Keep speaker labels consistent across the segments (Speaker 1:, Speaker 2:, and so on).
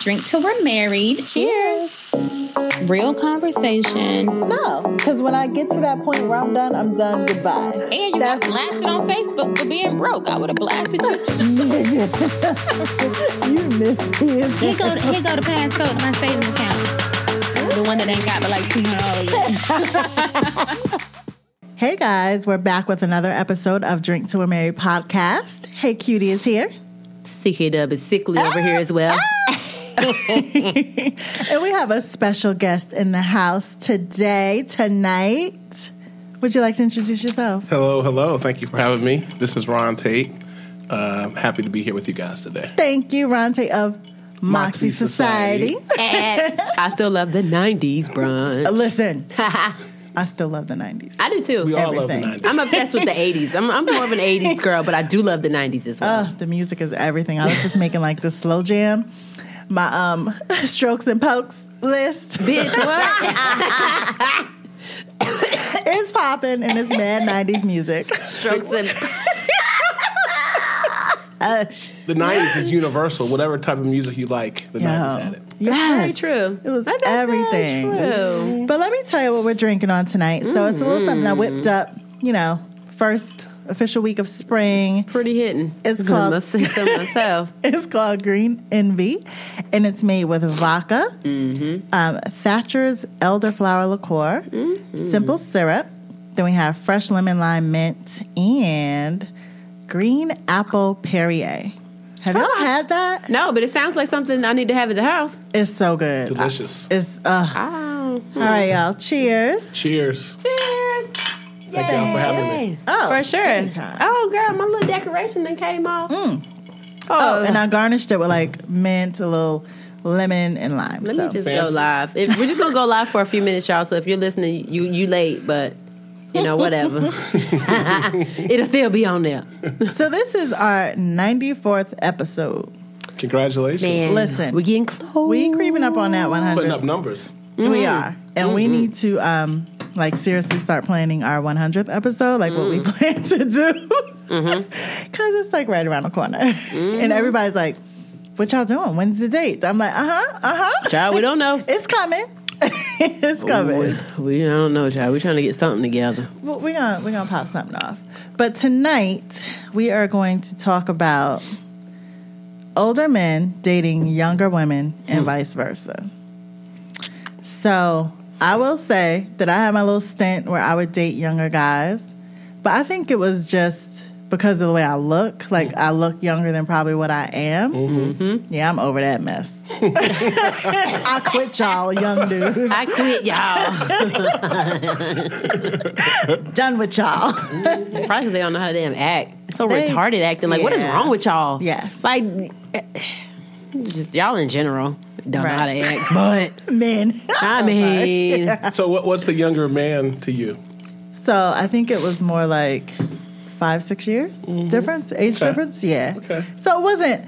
Speaker 1: drink till we're married. Cheers. Real conversation.
Speaker 2: No, because when I get to that point where I'm done, I'm done. Goodbye.
Speaker 1: And you got blasted on Facebook for being broke. I would have blasted you. too.
Speaker 2: Nigga. you missed
Speaker 1: Here
Speaker 2: it.
Speaker 1: go, here go the passcode to my savings account. The one that ain't got but like $200.
Speaker 2: Hey guys, we're back with another episode of Drink to a Mary podcast. Hey, Cutie is here.
Speaker 3: CK Dub is sickly over here as well.
Speaker 2: And we have a special guest in the house today, tonight. Would you like to introduce yourself?
Speaker 4: Hello, hello. Thank you for having me. This is Ron Tate. Uh, I'm happy to be here with you guys today.
Speaker 2: Thank you, Ronte of Moxie,
Speaker 4: Moxie
Speaker 2: Society.
Speaker 4: Society.
Speaker 3: I still love the 90s, brunch.
Speaker 2: Listen, I still love the 90s.
Speaker 3: I do
Speaker 4: We
Speaker 3: too.
Speaker 4: all
Speaker 2: Everything.
Speaker 4: love the 90s.
Speaker 3: I'm obsessed with the 80s. I'm, I'm more of an 80s girl, but I do love the 90s as well.
Speaker 2: Ugh, the music is everything. I was just making like the slow jam, my um strokes and pokes list.
Speaker 3: Bitch, what?
Speaker 2: It's popping and it's mad 90s music.
Speaker 3: Oh, Strokes and
Speaker 2: Ush.
Speaker 4: The 90s is universal. Whatever type of music you like, the 90s had it.
Speaker 2: Yes.
Speaker 3: very true.
Speaker 2: It was
Speaker 3: That's very
Speaker 2: everything.
Speaker 3: true.
Speaker 2: But let me tell you what we're drinking on tonight. So it's a little something I whipped
Speaker 3: Mm.
Speaker 2: up, you know, first official week of spring.
Speaker 3: Pretty hidden.
Speaker 2: It's
Speaker 3: I
Speaker 2: called-
Speaker 3: must say so myself.
Speaker 2: It's called Green Envy, and it's made with vodka,
Speaker 3: Mm-hmm.
Speaker 2: um, Thatcher's elderflower liqueur,
Speaker 3: Mm-hmm.
Speaker 2: simple syrup. Then we have fresh lemon lime mint and green apple Perrier. Have y'all had that?
Speaker 3: No, but it sounds like something I need to have at the house.
Speaker 2: It's so good.
Speaker 4: Delicious.
Speaker 2: It's uh,
Speaker 3: Oh.
Speaker 2: all right, y'all. Cheers.
Speaker 4: Cheers.
Speaker 3: Cheers.
Speaker 4: Thank y'all for having me.
Speaker 3: Yay.
Speaker 2: Oh,
Speaker 3: for sure.
Speaker 2: anytime. Mm.
Speaker 3: Oh, girl, my little decoration then came off. Oh,
Speaker 2: Oh, and I garnished it with like mint, a little lemon, and lime.
Speaker 3: Let
Speaker 2: so.
Speaker 3: me just go
Speaker 4: Fancy.
Speaker 3: live. If, we're just gonna go live for a few minutes, y'all. So if you're listening, you you late, but you know whatever. It'll still be on there.
Speaker 2: so this is our 94th episode.
Speaker 4: Congratulations.
Speaker 3: Man,
Speaker 2: Listen.
Speaker 3: we're getting close.
Speaker 2: We creeping up on that 100.
Speaker 4: Putting up numbers.
Speaker 3: Mm-hmm.
Speaker 2: We are, and we need to um like seriously start planning our 100th episode, like what we
Speaker 3: Mm.
Speaker 2: plan to do,
Speaker 3: Mm-hmm.
Speaker 2: because it's like right around the corner, and everybody's like, "What y'all doing? When's the date?" I'm like, "Uh huh, uh huh,
Speaker 3: child. We don't know.
Speaker 2: it's coming, it's coming."
Speaker 3: We, we don't know, child. We're trying to get something together.
Speaker 2: Well, we're gonna we're gonna pop something off. But tonight we are going to talk about older men dating younger women and vice versa. So I will say that I had my little stint where I would date younger guys, but I think it was just because of the way I look. Like I look younger than probably what I am. Yeah, I'm over that mess. I quit y'all, young dudes.
Speaker 3: I quit, y'all.
Speaker 2: Done with y'all.
Speaker 3: Probably 'cause they don't know how to damn act. It's so
Speaker 2: They-
Speaker 3: retarded acting. Like, what is
Speaker 2: Yeah.
Speaker 3: wrong with y'all?
Speaker 2: Yes.
Speaker 3: Like, just y'all in general don't
Speaker 2: Right.
Speaker 3: know how to act. But
Speaker 2: Men.
Speaker 3: I mean,
Speaker 4: So, what, what's a younger man to you?
Speaker 2: So I think it was more like five, six years difference, age
Speaker 4: Mm-hmm. Okay.
Speaker 2: difference. Yeah.
Speaker 4: Okay.
Speaker 2: So it wasn't,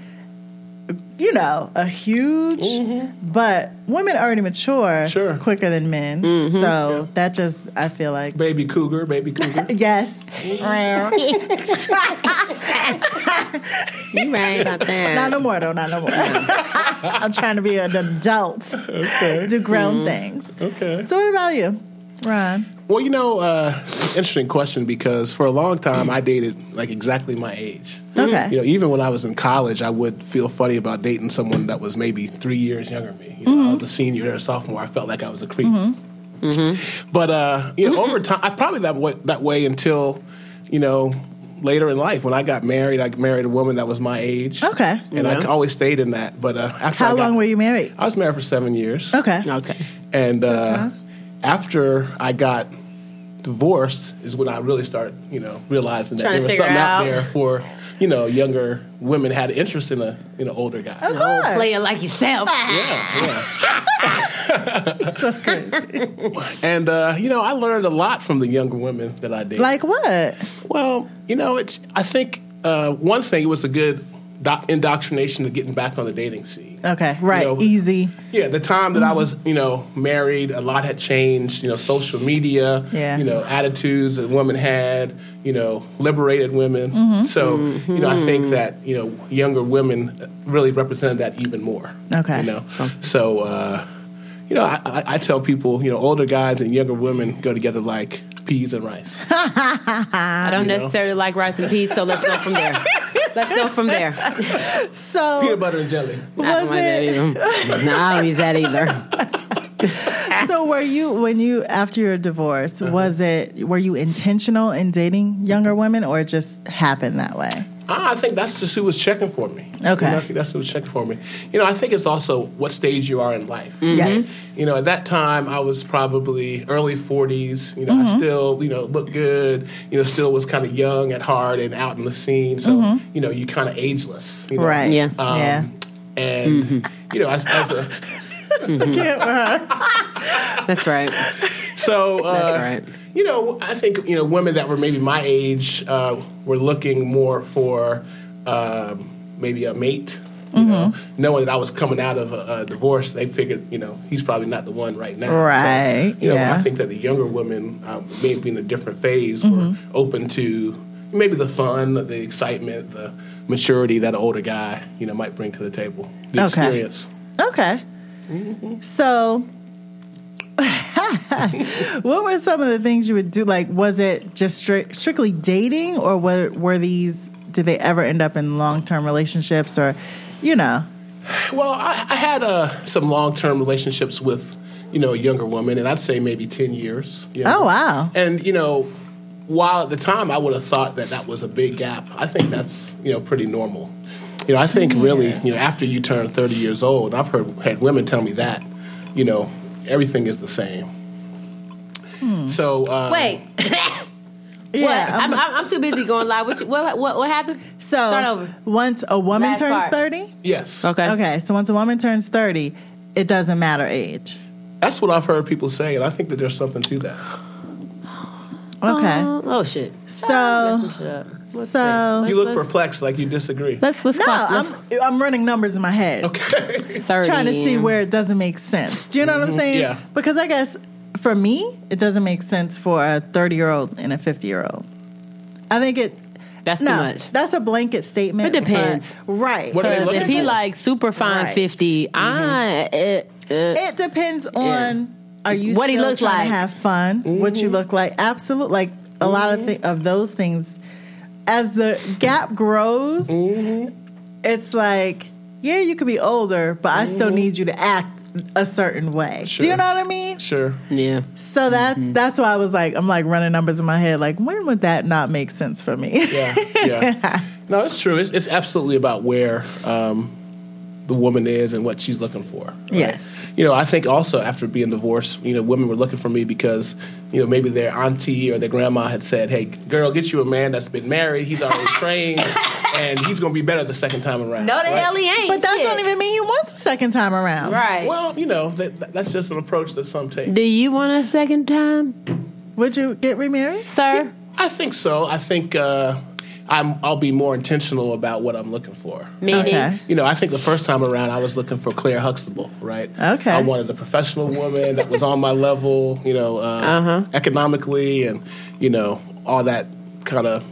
Speaker 2: you know, a huge, but women already mature
Speaker 4: Mm-hmm. Sure. Mm-hmm.
Speaker 2: quicker than men. So that just, I feel like.
Speaker 4: Baby cougar, baby cougar.
Speaker 2: Yes.
Speaker 4: Mm-hmm.
Speaker 3: you right about that.
Speaker 2: Not no more, though. Not no more. I'm
Speaker 4: Mm-hmm.
Speaker 2: trying to be an adult,
Speaker 4: Okay.
Speaker 2: do grown things.
Speaker 4: Okay.
Speaker 2: So, what about you, Ron?
Speaker 4: Well, you know, uh, interesting question because for a long time I dated like exactly my age.
Speaker 2: Okay.
Speaker 4: You know, even when I was in college, I would feel funny about dating someone that was maybe three years younger than me. You know, I was a senior or a sophomore. I felt like I was a creep.
Speaker 2: Mm-hmm.
Speaker 4: But uh, you know, over time, I probably that way, that way until you know later in life when I got married. I married a woman that was my age.
Speaker 2: Okay.
Speaker 4: and I
Speaker 3: Yeah.
Speaker 4: always stayed in that. But uh, after
Speaker 2: How
Speaker 4: I got-
Speaker 2: long were you married?
Speaker 4: I was married for seven years.
Speaker 2: Okay.
Speaker 3: Okay.
Speaker 4: And
Speaker 3: Uh-huh.
Speaker 4: uh, after I got divorced is when I really started, you know, realizing that
Speaker 3: Trying
Speaker 4: there
Speaker 3: to
Speaker 4: was
Speaker 3: figure
Speaker 4: something out.
Speaker 3: out.
Speaker 4: there for, you know, younger women had an interest in a in an older guy.
Speaker 2: Of course.
Speaker 3: Play it like yourself.
Speaker 4: Yeah, yeah. and uh, you know, I learned a lot from the younger women that I dated.
Speaker 2: Like what?
Speaker 4: Well, you know, it's. I think uh, one thing it was a good doc- indoctrination to getting back on the dating scene.
Speaker 2: Okay, right,
Speaker 4: know,
Speaker 2: easy.
Speaker 4: Yeah, the time that I was, you know, married, a lot had changed. You know, social media,
Speaker 2: Yeah.
Speaker 4: you know, attitudes that women had, you know, liberated women. So, you know, I think that you know, younger women really represented that even more.
Speaker 2: Okay.
Speaker 4: you know, so uh, you know, I, I, I tell people, you know, older guys and younger women go together like peas and rice.
Speaker 3: I don't
Speaker 4: know.
Speaker 3: necessarily like rice and peas, so let's go from there. Let's go from there. I
Speaker 4: Peanut
Speaker 2: So,
Speaker 4: butter and jelly.
Speaker 2: Was
Speaker 3: don't like that
Speaker 2: it-
Speaker 3: either. No, I don't eat that either.
Speaker 2: so were you when you after your divorce? Was it were you intentional in dating younger women, or it just happened that way?
Speaker 4: I I think that's just who was checking for me. You
Speaker 2: Okay.
Speaker 4: know, I think that's who was checking for me. You know, I think it's also what stage you are in life.
Speaker 3: Mm-hmm.
Speaker 2: Yes.
Speaker 4: You know, at that time I was probably early 40s. You know, I still, you know, looked good. You know, still was kind of young at heart and out in the scene. So, you know, you kind of ageless. You know?
Speaker 2: Right.
Speaker 3: Yeah.
Speaker 4: Um,
Speaker 2: yeah.
Speaker 4: And, you know, as, as a,
Speaker 3: That's right.
Speaker 4: so, uh,
Speaker 3: That's right.
Speaker 4: you know, I think, you know, women that were maybe my age uh, were looking more for um maybe a mate. You know,
Speaker 2: Mm-hmm.
Speaker 4: knowing that I was coming out of a, a divorce, they figured, you know, he's probably not the one right now. So,
Speaker 2: Right,
Speaker 4: you know,
Speaker 2: yeah.
Speaker 4: I think that the younger women, um, maybe in a different phase, were
Speaker 2: Mm-hmm.
Speaker 4: open to maybe the fun, the excitement, the maturity that an older guy, you know, might bring to the table.
Speaker 2: Okay.
Speaker 4: The experience.
Speaker 2: Okay. So, what were some of the things you would do? Like, was it just stri- strictly dating, or were were these? Did they ever end up in long term relationships, or you know?
Speaker 4: Well, I, I had uh, some long term relationships with, you know, a younger woman, and I'd say maybe 10 years. you know.
Speaker 2: Oh wow.
Speaker 4: And, you know, while at the time I would have thought that that was a big gap, I think that's, you know, pretty normal. You know, I think really, you know, after you turn 30 years old, I've heard had women tell me that, you know, everything is the same. So, uh,
Speaker 3: Hmm. Wait. What?
Speaker 2: Yeah.
Speaker 3: I'm, I'm, I'm too busy going live. What, you- what, what, what happened?
Speaker 2: so
Speaker 3: Start over.
Speaker 2: once a woman
Speaker 3: Last
Speaker 2: turns
Speaker 3: part.
Speaker 2: thirty.
Speaker 4: yes.
Speaker 3: Okay.
Speaker 2: Okay. So once a woman turns thirty, it doesn't matter age.
Speaker 4: That's what I've heard people say, and I think that there's something to that.
Speaker 2: Okay.
Speaker 3: Oh, oh, shit.
Speaker 2: so
Speaker 3: Let's
Speaker 2: so
Speaker 4: You look
Speaker 3: Let's-
Speaker 4: perplexed like you disagree.
Speaker 3: let's let's
Speaker 2: no,
Speaker 3: stop.
Speaker 2: I'm
Speaker 3: Let's,
Speaker 2: I'm running numbers in my head.
Speaker 4: Okay.
Speaker 2: trying to
Speaker 3: 30.
Speaker 2: see where it doesn't make sense. Do you know what I'm
Speaker 3: Mm-hmm.
Speaker 2: saying?
Speaker 4: Yeah.
Speaker 2: Because I guess for me, it doesn't make sense for a 30 year old and a 50 year old. I think it.
Speaker 3: That's
Speaker 2: no,
Speaker 3: too much.
Speaker 2: that's a blanket statement.
Speaker 3: It depends.
Speaker 2: but- right.
Speaker 4: What are they
Speaker 2: because
Speaker 4: looking
Speaker 3: if he
Speaker 4: for?
Speaker 3: like super fine
Speaker 2: Right. Mm-hmm.
Speaker 3: 50, I eh, it, it,
Speaker 2: It depends on are you
Speaker 3: What he
Speaker 2: still
Speaker 3: looks
Speaker 2: trying
Speaker 3: like.
Speaker 2: to have fun, what
Speaker 4: Mm-hmm.
Speaker 2: you look like. Absolute, like a lot of thi- of those things. As the gap grows,
Speaker 4: Mm-hmm.
Speaker 2: it's like yeah, you could be older, but I still need you to act a certain way. Do you
Speaker 4: Mm-hmm. Sure. Mm-hmm.
Speaker 2: know what I mean?
Speaker 4: Sure.
Speaker 3: yeah.
Speaker 2: So that's that's why I was like, I'm like running numbers in my head. Like, when would that not make sense for me?
Speaker 4: yeah, yeah. No, it's true. It's, it's absolutely about where um, the woman is and what she's looking for. right?
Speaker 2: Yes.
Speaker 4: You know, I think also after being divorced, you know, women were looking for me because, you know, maybe their auntie or their grandma had said, hey, girl, get you a man that's been married. He's already trained and he's going to be better the second time around.
Speaker 3: No, the
Speaker 4: right?
Speaker 3: hell he ain't.
Speaker 2: but that
Speaker 3: Shit.
Speaker 2: don't even mean he wants a second time around.
Speaker 3: right.
Speaker 4: Well, you know, that, that- that's just an approach that some take.
Speaker 3: Do you want a second time,
Speaker 2: Would you get remarried?
Speaker 3: sir?
Speaker 4: I think so. I think uh, I'm, I'll be more intentional about what I'm looking for.
Speaker 3: Meaning,
Speaker 2: Okay.
Speaker 4: You know, I think the first time around, I was looking for Claire Huxtable, right?
Speaker 2: Okay.
Speaker 4: I wanted a professional woman that was on my level, you know, uh,
Speaker 2: Uh-huh.
Speaker 4: economically and, you know, all that kind of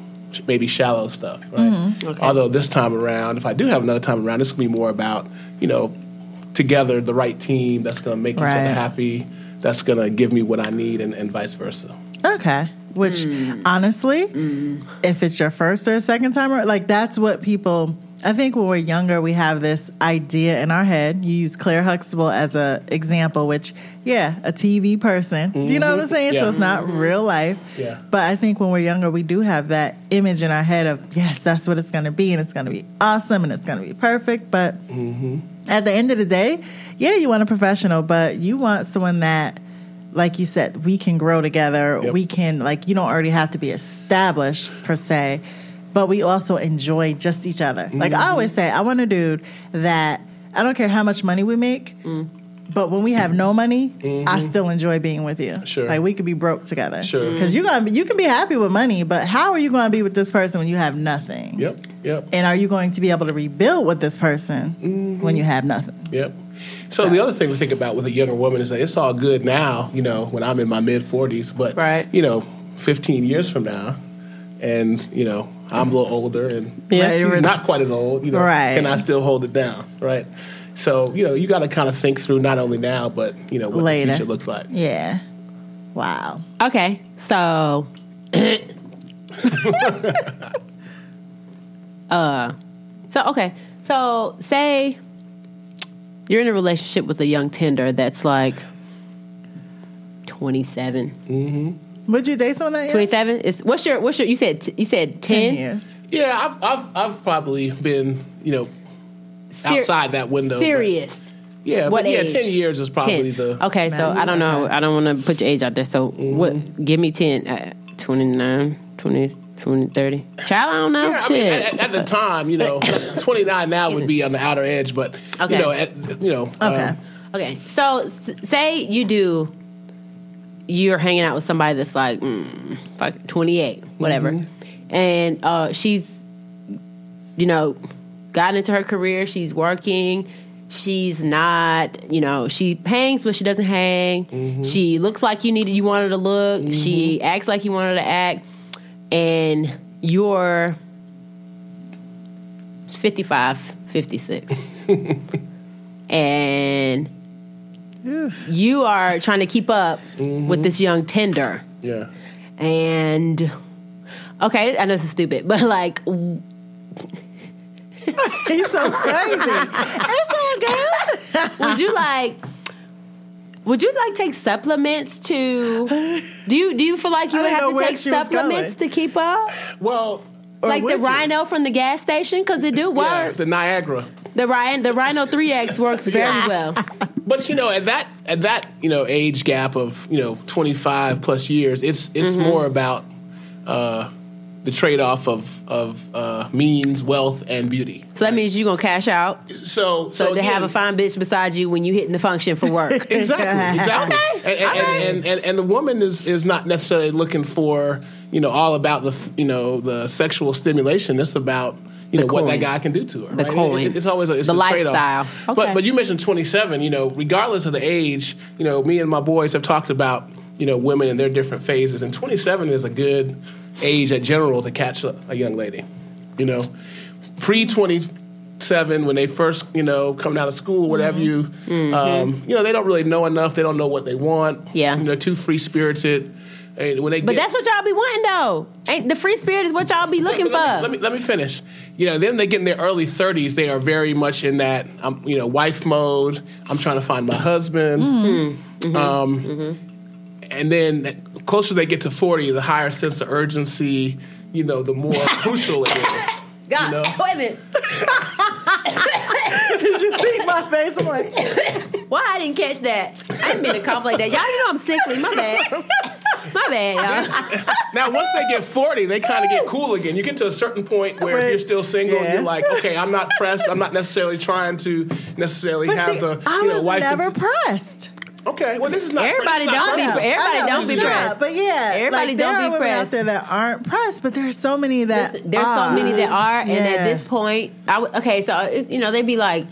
Speaker 4: maybe shallow stuff, right?
Speaker 2: Mm-hmm.
Speaker 4: Although this time around, if I do have another time around, it's going to be more about, you know, together the right team that's going to make each
Speaker 2: Right.
Speaker 4: other happy, that's going to give me what I need, and, and vice versa.
Speaker 2: Okay. Which
Speaker 4: Mm.
Speaker 2: honestly, if it's your first or second time, or like that's what people. I think when we're younger, we have this idea in our head. You use Claire Huxtable as a example, which yeah, a TV person. Do you know what I'm saying? So
Speaker 4: Mm-hmm. Yeah.
Speaker 2: it's not real life.
Speaker 4: Yeah.
Speaker 2: But I think when we're younger, we do have that image in our head of yes, that's what it's going to be, and it's going to be awesome, and it's going to be perfect. But at the end of the day, yeah, you want a professional, but you want someone that, like you said, we can grow together.
Speaker 4: Yep.
Speaker 2: We can, like, you don't already have to be established per se, but we also enjoy just
Speaker 4: Mm-hmm. Mm.
Speaker 2: each other. Like, I always say, I want a dude that I don't care how much money we make. But when we have no money, I still enjoy being with you.
Speaker 4: Mm-hmm. Sure.
Speaker 2: Like we could be broke together.
Speaker 4: Sure.
Speaker 2: Because you gonna be- you can be happy with money, but how are you going to be with this person when you have nothing?
Speaker 4: Yep, yep,
Speaker 2: And are you going to be able to rebuild with this person
Speaker 4: Mm-hmm.
Speaker 2: when you have nothing?
Speaker 4: yep. So the other thing to think about with a younger woman is that it's all good now, you know, when I'm in my mid 40s, but
Speaker 3: Right.
Speaker 4: you know, 15 years from now, and you know, I'm a little older and
Speaker 3: Yeah.
Speaker 4: she's
Speaker 2: Right.
Speaker 4: not quite as old, you know,
Speaker 2: Right.
Speaker 4: can I still hold it down, right? So you know, you got to kind of think through not only now, but you know, what
Speaker 2: Later.
Speaker 4: the future looks like.
Speaker 2: Yeah. Wow.
Speaker 3: Okay, so. uh, so okay, so say you're in a relationship with a young tender that's like 27.
Speaker 2: Would you date someone that young?
Speaker 3: 27 is what's your what's your you said t- you said 10,
Speaker 2: Ten years.
Speaker 4: Yeah, I've I've I've probably been you know
Speaker 3: Ser-
Speaker 4: outside that window. but-
Speaker 3: serious.
Speaker 4: Yeah,
Speaker 3: What
Speaker 4: but yeah,
Speaker 3: age?
Speaker 4: ten years is
Speaker 3: 10.
Speaker 4: probably the
Speaker 3: okay, so
Speaker 2: Matter.
Speaker 3: I don't know. I don't want to put your age out there. So
Speaker 4: Mm-hmm.
Speaker 3: what? Give me 10. Uh, 29, 20, 20, 30. Child, I don't know.
Speaker 4: Yeah, I mean,
Speaker 3: Shit.
Speaker 4: at, at- at the time, you know, 29 now would be on the outer edge, but
Speaker 3: Okay.
Speaker 4: you know, at, you know, um,
Speaker 2: Okay.
Speaker 3: Okay, so s- say you do, you're hanging out with somebody that's like, mm, fuck, 28, whatever, and uh, she's, you know, gotten into her career, she's working, she's not, you know, she hangs but she doesn't hang, she looks like you needed, you wanted to look, she acts like you wanted to act, and you're 55, 56. and
Speaker 2: Oof.
Speaker 3: you are trying to keep up
Speaker 2: Mm-hmm.
Speaker 3: with this young tender
Speaker 4: yeah.
Speaker 3: and okay i know this is stupid but like w-
Speaker 2: He's so crazy.
Speaker 3: would you like would you like take supplements to do you do you feel like you
Speaker 2: I
Speaker 3: would
Speaker 2: didn't
Speaker 3: have
Speaker 2: know
Speaker 3: to
Speaker 2: where
Speaker 3: take
Speaker 2: she was
Speaker 3: supplements to keep up
Speaker 4: Well,
Speaker 3: like the
Speaker 2: would you?
Speaker 3: rhino from the gas station because it do work
Speaker 4: yeah, the Niagara.
Speaker 3: the rhino the rhino 3x works very well
Speaker 4: But you know, at that at that, you know, age gap of, you know, 25 plus years, it's it's
Speaker 3: Mm-hmm.
Speaker 4: more about uh the trade-off of of uh, means, wealth, and beauty.
Speaker 3: so that means you're gonna cash out
Speaker 4: So, so,
Speaker 3: so, to have
Speaker 4: again-
Speaker 3: a fine bitch beside you when you hitting the function for work
Speaker 4: Exactly. Exactly.
Speaker 3: Okay,
Speaker 4: And, and, and, and, and, and the woman is, is not necessarily looking for you know all about the you know the sexual stimulation. It's about you
Speaker 3: The
Speaker 4: know what
Speaker 3: coin.
Speaker 4: that guy can do to her.
Speaker 3: The
Speaker 4: right?
Speaker 3: coin.
Speaker 4: It- it's always a, it's
Speaker 3: The
Speaker 4: a trade-off.
Speaker 3: lifestyle. Okay.
Speaker 4: But but you mentioned twenty seven. You know, regardless of the age, you know, me and my boys have talked about you know women and their different phases, and twenty seven is a good age at general to catch a, a young lady. You know, pre twenty seven when they first you know coming out of school whatever
Speaker 3: Mm-hmm.
Speaker 4: you um, you know they don't really know enough they don't know what they want
Speaker 3: Yeah.
Speaker 4: you know too free spirited and when they
Speaker 3: But
Speaker 4: get,
Speaker 3: that's what y'all be wanting though. Ain't the free spirit is what y'all be looking
Speaker 4: Let me-
Speaker 3: for.
Speaker 4: Let me, let me finish. You know, then they get in their early 30s. They are very much in that, um, you know, wife mode. I'm trying to find my husband.
Speaker 3: Mm-hmm.
Speaker 4: Um, And then the closer they get to 40, the higher sense of urgency, you know, the more crucial it is.
Speaker 3: God,
Speaker 4: you know?
Speaker 3: wait a minute.
Speaker 2: Did you see my face? I'm like,
Speaker 3: Why I didn't catch that? I didn't mean to cough like that. Y'all, you know I'm sickly. My bad. My bad, y'all.
Speaker 4: Now, once they get 40, they kind of get cool again. You get to a certain point where if
Speaker 2: Wait,
Speaker 4: you're still single,
Speaker 2: yeah.
Speaker 4: you're like, okay, I'm not pressed. I'm not necessarily trying to necessarily
Speaker 2: but
Speaker 4: have
Speaker 2: see,
Speaker 4: the,
Speaker 2: I
Speaker 4: you know,
Speaker 2: was
Speaker 4: wife.
Speaker 2: never pressed.
Speaker 4: okay, well, this is not
Speaker 3: Everybody
Speaker 4: this is not
Speaker 3: don't be
Speaker 4: pressed.
Speaker 3: pre- everybody
Speaker 2: I know,
Speaker 3: don't be
Speaker 2: it's not,
Speaker 3: pressed.
Speaker 2: But yeah,
Speaker 3: Everybody
Speaker 2: like, there
Speaker 3: don't
Speaker 2: are
Speaker 3: be
Speaker 2: women
Speaker 3: pressed.
Speaker 2: out there that aren't pressed, but there's so many that
Speaker 3: There's so
Speaker 2: are.
Speaker 3: many that
Speaker 4: Ah,
Speaker 3: are, and at
Speaker 2: Yeah.
Speaker 3: this point, I w- okay. So it's you know they'd be like,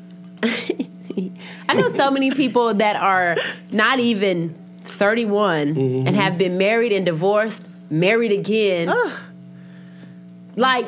Speaker 3: I know so many people that are not even 31
Speaker 4: Mm-hmm.
Speaker 3: and have been married and divorced, married again,
Speaker 2: Ugh.
Speaker 3: like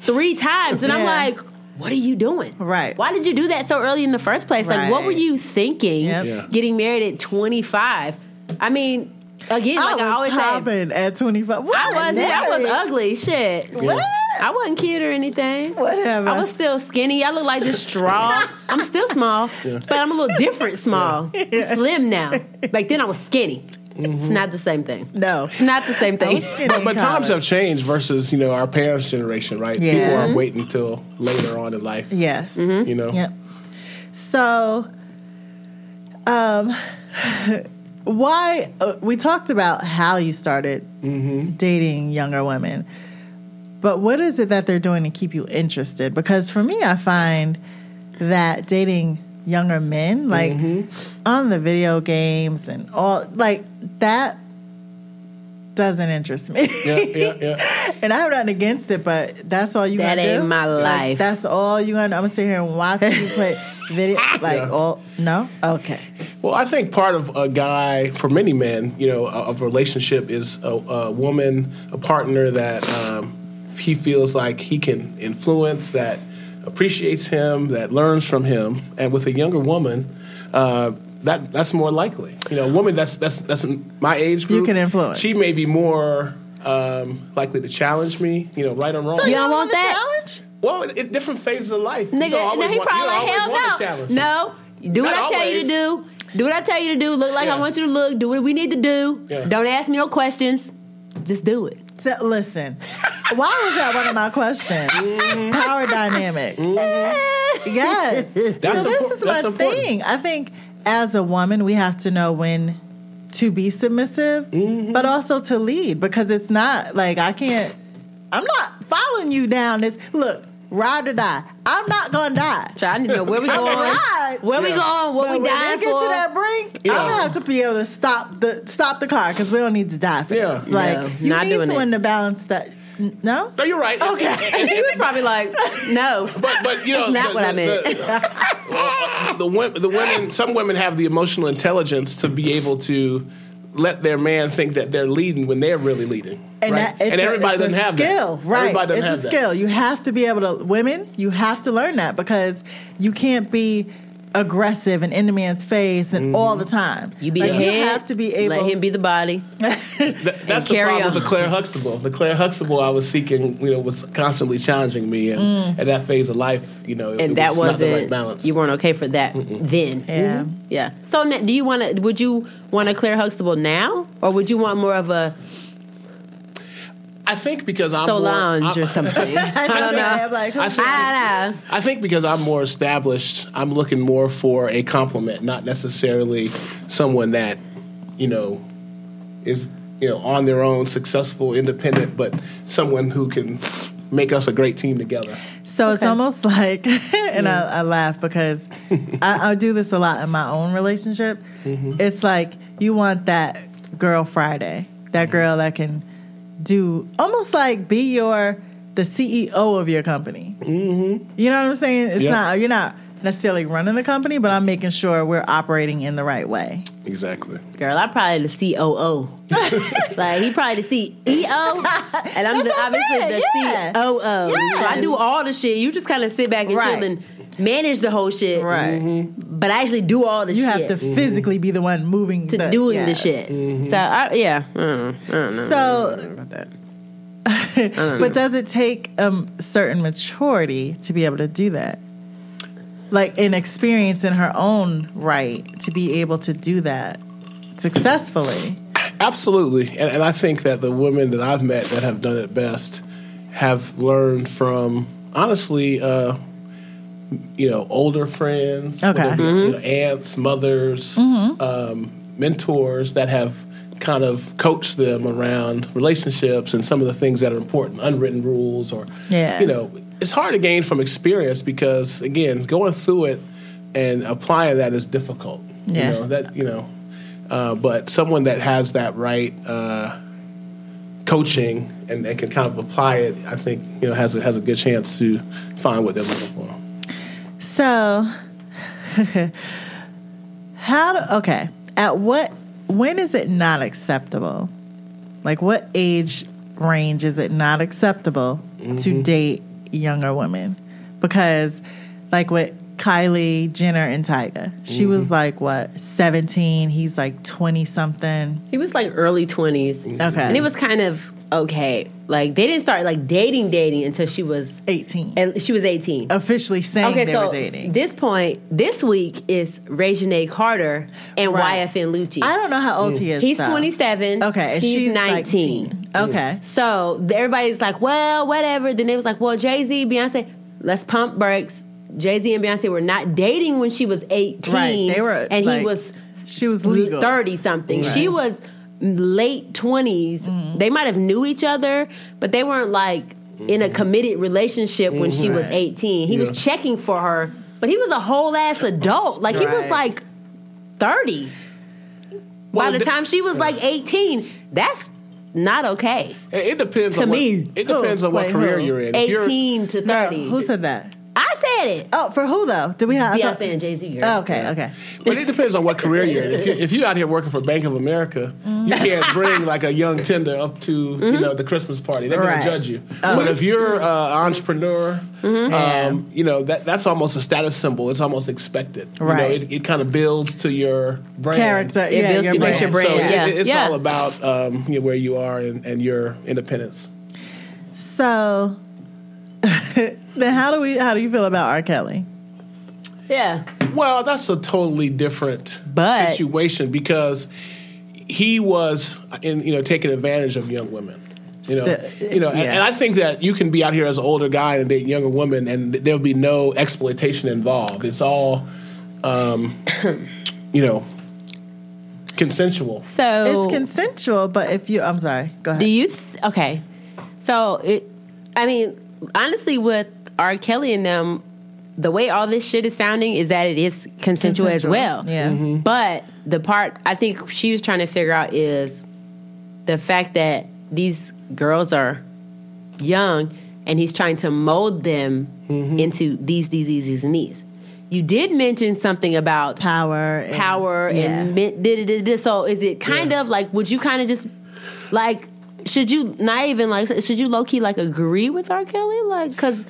Speaker 3: three times, and I'm
Speaker 2: Yeah.
Speaker 3: like, what are you doing?
Speaker 2: Right.
Speaker 3: Why did you do that so early in the first place? Like, what were
Speaker 2: Right.
Speaker 3: you thinking?
Speaker 2: Yep.
Speaker 4: Yeah.
Speaker 3: Getting married at 25. I mean, again,
Speaker 2: I
Speaker 3: like
Speaker 2: was
Speaker 3: I always say,
Speaker 2: popping at 25. What?
Speaker 3: I wasn't. I was
Speaker 2: Married?
Speaker 3: ugly. Shit.
Speaker 2: What?
Speaker 3: I wasn't cute or anything.
Speaker 2: Whatever.
Speaker 3: I was still skinny. I look like this straw. I'm still small, but I'm a little different small. I'm slim now. Back then I was skinny. It's not the same thing.
Speaker 2: No.
Speaker 3: It's not the same
Speaker 2: I
Speaker 3: thing.
Speaker 2: was skinny
Speaker 4: But,
Speaker 2: in
Speaker 4: but times
Speaker 2: college.
Speaker 4: have changed versus, you know, our parents' generation, right?
Speaker 2: Yeah.
Speaker 4: People are waiting till later on in life,
Speaker 2: Yes.
Speaker 3: Mm-hmm.
Speaker 4: you know?
Speaker 2: Yep. So, um, why uh, we talked about how you started dating younger women, but what is it that they're doing to keep you interested? Because for me, I find that dating younger men, like on the video games and all, like that doesn't interest me.
Speaker 4: Yeah, yeah, yeah.
Speaker 2: And I'm not against it, but that's all you
Speaker 3: That
Speaker 2: gonna
Speaker 3: ain't
Speaker 2: do?
Speaker 3: my
Speaker 2: Like,
Speaker 3: life.
Speaker 2: that's all you gonna. I'm gonna sit here and watch you play video. Like,
Speaker 4: Yeah.
Speaker 2: all no, Uh, okay.
Speaker 4: Well, I think part of a guy, for many men, you know, of a relationship is a, a woman, a partner that um, he feels like he can influence, that appreciates him, that learns from him, and with a younger woman, uh, that that's more likely. You know, a woman that's that's that's my age group.
Speaker 2: can influence.
Speaker 4: She may be more um, likely to challenge me. You know, right or wrong.
Speaker 3: You don't want
Speaker 2: the
Speaker 3: that?
Speaker 2: challenge?
Speaker 4: Well, it, it, different phases of life.
Speaker 3: Nigga,
Speaker 4: you always
Speaker 3: no, he
Speaker 4: want- you
Speaker 3: probably like,
Speaker 4: always want to
Speaker 3: hell no.
Speaker 4: challenge.
Speaker 3: No. Do what
Speaker 4: Not
Speaker 3: I tell you to do. Do what I tell you to do. Look like
Speaker 4: Yeah.
Speaker 3: I want you to look. Do what we need to do.
Speaker 4: Yeah.
Speaker 3: Don't ask me no questions. Just do it.
Speaker 2: So, listen, why was that one of my questions? Power dynamic. Yes.
Speaker 4: Mm-hmm. That's
Speaker 2: so
Speaker 4: impor-
Speaker 2: this is my
Speaker 4: that's important.
Speaker 2: thing. I think as a woman, we have to know when to be submissive,
Speaker 4: Mm-hmm.
Speaker 2: but also to lead because it's not like I can't. I'm not following you down this. Look, ride or die. I'm not gonna die.
Speaker 3: So I need to know where we
Speaker 2: I'm
Speaker 3: going.
Speaker 2: gonna ride.
Speaker 3: Where we
Speaker 4: Yeah.
Speaker 3: going?
Speaker 2: But
Speaker 3: What
Speaker 2: when
Speaker 3: we dying
Speaker 2: they get
Speaker 3: for?
Speaker 2: to that brink,
Speaker 4: Yeah.
Speaker 2: I'm gonna have to be able to stop the stop the car because we don't need to die for
Speaker 4: Yeah.
Speaker 2: this. Like
Speaker 3: No,
Speaker 2: you
Speaker 3: not
Speaker 2: need
Speaker 3: doing
Speaker 2: someone to balance that. N- No,
Speaker 4: No, you're right.
Speaker 3: And he was probably like, no.
Speaker 4: But but you know
Speaker 3: That's not
Speaker 4: the-
Speaker 3: what I
Speaker 4: the-
Speaker 3: meant.
Speaker 4: The, the, wo- the women, some women have the emotional intelligence to be able to let their man think that they're leading when they're really leading.
Speaker 2: and
Speaker 4: right?
Speaker 2: that, it's
Speaker 4: and
Speaker 2: a-
Speaker 4: everybody
Speaker 2: it's a
Speaker 4: doesn't have
Speaker 2: skill,
Speaker 4: that.
Speaker 2: right?
Speaker 4: Everybody doesn't
Speaker 2: it's
Speaker 4: have
Speaker 2: a skill. You have to be able to. Women, you have to learn that because you can't be aggressive and in the man's face
Speaker 4: Mm-hmm.
Speaker 2: and all the time.
Speaker 3: You be
Speaker 2: like,
Speaker 3: the head.
Speaker 2: You have to be able.
Speaker 3: Let him be the body.
Speaker 4: that. Th- that's the
Speaker 3: carry
Speaker 4: problem
Speaker 3: on.
Speaker 4: with the Claire Huxtable. The Claire Huxtable I was seeking, you know, was constantly challenging me, and
Speaker 2: Mm.
Speaker 4: at that phase of life, you know, it,
Speaker 3: And
Speaker 4: it
Speaker 3: that
Speaker 4: was
Speaker 3: wasn't,
Speaker 4: nothing like balance.
Speaker 3: you weren't okay for that then.
Speaker 2: Yeah.
Speaker 3: Mhm. Yeah. So na- do you want to, would you want to clear Huxtable now? Or would you want more of a
Speaker 4: I think because I'm
Speaker 3: Solange
Speaker 4: more, I'm-
Speaker 3: or something?
Speaker 2: I, know,
Speaker 3: don't know.
Speaker 2: right? I'm like,
Speaker 4: I
Speaker 2: who's-
Speaker 4: think,
Speaker 3: I
Speaker 4: I think because I'm more established, I'm looking more for a compliment, not necessarily someone that, you know, is you know on their own, successful, independent, but someone who can make us a great team together.
Speaker 2: So it's almost like, and I, I laugh because I, I do this a lot in my own relationship. It's like you want that girl Friday, that girl that can do almost like be your the CEO of your company. Mm-hmm. You know what I'm saying? It's
Speaker 4: Yeah.
Speaker 2: not you're not necessarily running the company, but I'm making sure we're operating in the right way.
Speaker 4: Exactly.
Speaker 3: Girl, I'm probably the COO. like he probably the CEO, and I'm the,
Speaker 2: what I
Speaker 3: obviously
Speaker 2: said,
Speaker 3: the
Speaker 2: yeah.
Speaker 3: COO. So I
Speaker 2: Yes.
Speaker 3: do all the shit. You just kind of sit back and
Speaker 2: Right.
Speaker 3: chill and manage the whole shit,
Speaker 2: Right. Mm-hmm.
Speaker 3: But I actually do all the
Speaker 2: You
Speaker 3: Mm-hmm. shit
Speaker 2: have to physically be the one moving
Speaker 3: to doing the
Speaker 2: yes. Mm-hmm.
Speaker 3: shit. So I, yeah, I don't know. I don't know.
Speaker 2: So
Speaker 3: about that.
Speaker 2: but does it take um certain maturity to be able to do that like an experience in her own right to be able to do that successfully
Speaker 4: Absolutely, and, and I think that the women that I've met that have done it best have learned from honestly, uh, you know, older friends,
Speaker 2: Okay. Mm-hmm.
Speaker 4: whether it be, you know, aunts, mothers, um, mentors that have kind of coached them around relationships and some of the things that are important, unwritten rules, or
Speaker 2: Yeah.
Speaker 4: you know, it's hard to gain from experience because again, going through it and applying that is difficult.
Speaker 2: Yeah.
Speaker 4: You know, that you know uh, but someone that has that right uh, coaching and, and can kind of apply it, I think you know has a, has a good chance to find what they're looking for.
Speaker 2: so how do okay at what when is it not acceptable like what age range is it not acceptable to date younger women because like with kylie jenner and tyga she was like what 17 he's like 20 something
Speaker 3: He was like early twenties,
Speaker 2: Okay.
Speaker 3: and it was kind of okay. Like they didn't start like dating dating until she was
Speaker 2: 18
Speaker 3: and she was eighteen.
Speaker 2: officially saying
Speaker 3: Okay,
Speaker 2: they
Speaker 3: so
Speaker 2: were dating
Speaker 3: this point, this week is Regine Carter and
Speaker 2: Right.
Speaker 3: YFN Lucci.
Speaker 2: i don't know how old he is
Speaker 3: He's
Speaker 2: though.
Speaker 3: 27.
Speaker 2: okay and
Speaker 3: she's,
Speaker 2: she's
Speaker 3: 19.
Speaker 2: 19 okay
Speaker 3: So th- everybody's like, well, whatever. Then it was like, well, Jay Z, Beyonce, let's pump brakes. Jay Z and Beyonce were not dating when she was 18.
Speaker 2: Right, they were,
Speaker 3: And
Speaker 2: like,
Speaker 3: he was
Speaker 2: she was legal
Speaker 3: 30 something. She was late 20s. They might have knew each other, but they weren't like in a committed relationship when she was 18. He
Speaker 4: Yeah.
Speaker 3: was checking for her But he was a whole ass adult. Like he was
Speaker 2: Right.
Speaker 3: like thirty.
Speaker 4: Well,
Speaker 3: By the
Speaker 4: th-
Speaker 3: time she was like eighteen, that's not okay.
Speaker 4: It, it depends
Speaker 3: To
Speaker 4: on
Speaker 3: me.
Speaker 4: What, it depends on what
Speaker 2: Wait,
Speaker 4: career
Speaker 2: who?
Speaker 4: you're in. If you're-
Speaker 3: Eighteen to
Speaker 2: Girl,
Speaker 3: thirty.
Speaker 2: who said that?
Speaker 3: I said it.
Speaker 2: Oh, for who though? Do we have? I thought-
Speaker 3: Beyonce and Jay Z.
Speaker 2: Oh, okay, okay.
Speaker 4: But it depends on what career you're in. If, you, if you're out here working for Bank of America, you can't bring like a young tender up to you know the Christmas party. They're going
Speaker 2: Right.
Speaker 4: to judge you. But if you're an entrepreneur,
Speaker 2: Yeah.
Speaker 4: um, you know that that's almost a status symbol. It's almost expected. You know,
Speaker 2: Right.
Speaker 4: it, it kind of builds to your brand.
Speaker 2: Character,
Speaker 3: It
Speaker 2: yeah,
Speaker 3: builds-
Speaker 2: your
Speaker 3: it makes your
Speaker 2: brand.
Speaker 4: So
Speaker 3: brand,
Speaker 4: it-
Speaker 3: yeah.
Speaker 4: it- it's
Speaker 3: Yeah.
Speaker 4: all about um, you know, where you are and, and your independence.
Speaker 2: So then, how do we? How do you feel about R. Kelly?
Speaker 3: Yeah.
Speaker 4: Well, that's a totally different
Speaker 3: But-
Speaker 4: situation because he was in you know taking advantage of young women. You know,
Speaker 2: Still-
Speaker 4: you know, and,
Speaker 2: yeah.
Speaker 4: and I think that you can be out here as an older guy and date younger women, and th- there'll be no exploitation involved. It's all, um, you know, consensual.
Speaker 3: So
Speaker 2: It's consensual, but if you, I'm sorry, go ahead.
Speaker 3: Do you th- okay? So it, I mean, honestly, with R. Kelly and them, the way all this shit is sounding is that it is consensual, as
Speaker 2: Consensual,
Speaker 3: well.
Speaker 2: yeah. Mhm.
Speaker 3: But the part I think she was trying to figure out is the fact that these girls are young, and he's trying to mold them into these, these, these, these, and these. You did mention something about
Speaker 2: power, and,
Speaker 3: power and men- did did did. So is it kind of like would you kind of just like should you not even like should you low key like agree with R. Kelly like because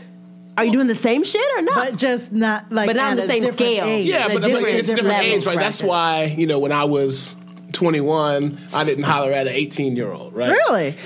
Speaker 3: are you doing the same shit or not?
Speaker 2: but just not like
Speaker 3: But not on
Speaker 2: at
Speaker 3: the
Speaker 2: a
Speaker 3: same
Speaker 2: different
Speaker 3: scale.
Speaker 2: age.
Speaker 4: Yeah,
Speaker 3: It's
Speaker 4: but,
Speaker 3: a
Speaker 4: but
Speaker 3: different-
Speaker 4: it's a different
Speaker 3: level
Speaker 4: age, right? That's why you know when I was 21, I didn't holler at an 18 year old, right?
Speaker 2: Really?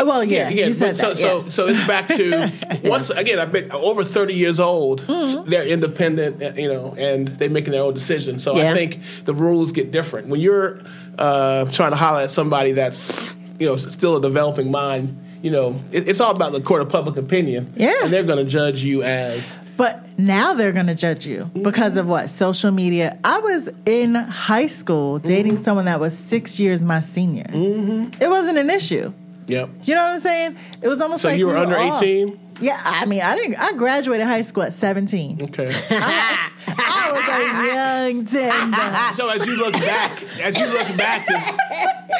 Speaker 2: Well, yeah, you said
Speaker 4: so,
Speaker 2: that,
Speaker 4: so,
Speaker 2: yes.
Speaker 4: so it's back to once again. I've been over 30 years old.
Speaker 2: Mm-hmm.
Speaker 4: They're independent, uh, you know, and they're making their own decisions. So
Speaker 3: Yeah.
Speaker 4: I think the rules get different when you're uh, trying to holler at somebody that's you know s- still a developing mind. You know, it, it's all about the court of public opinion.
Speaker 2: Yeah.
Speaker 4: and they're going to judge you as
Speaker 2: But now they're going to judge you because of what? Social media. I was in high school dating someone that was six years my senior. It wasn't an issue.
Speaker 4: yep.
Speaker 2: You know what I'm saying? It was almost
Speaker 4: So
Speaker 2: like
Speaker 4: you were
Speaker 2: we
Speaker 4: under
Speaker 2: all-
Speaker 4: 18.
Speaker 2: Yeah, I mean, I didn't. I graduated high school at 17.
Speaker 4: Okay.
Speaker 2: I was a young tender.
Speaker 4: So as you look back, as you look back,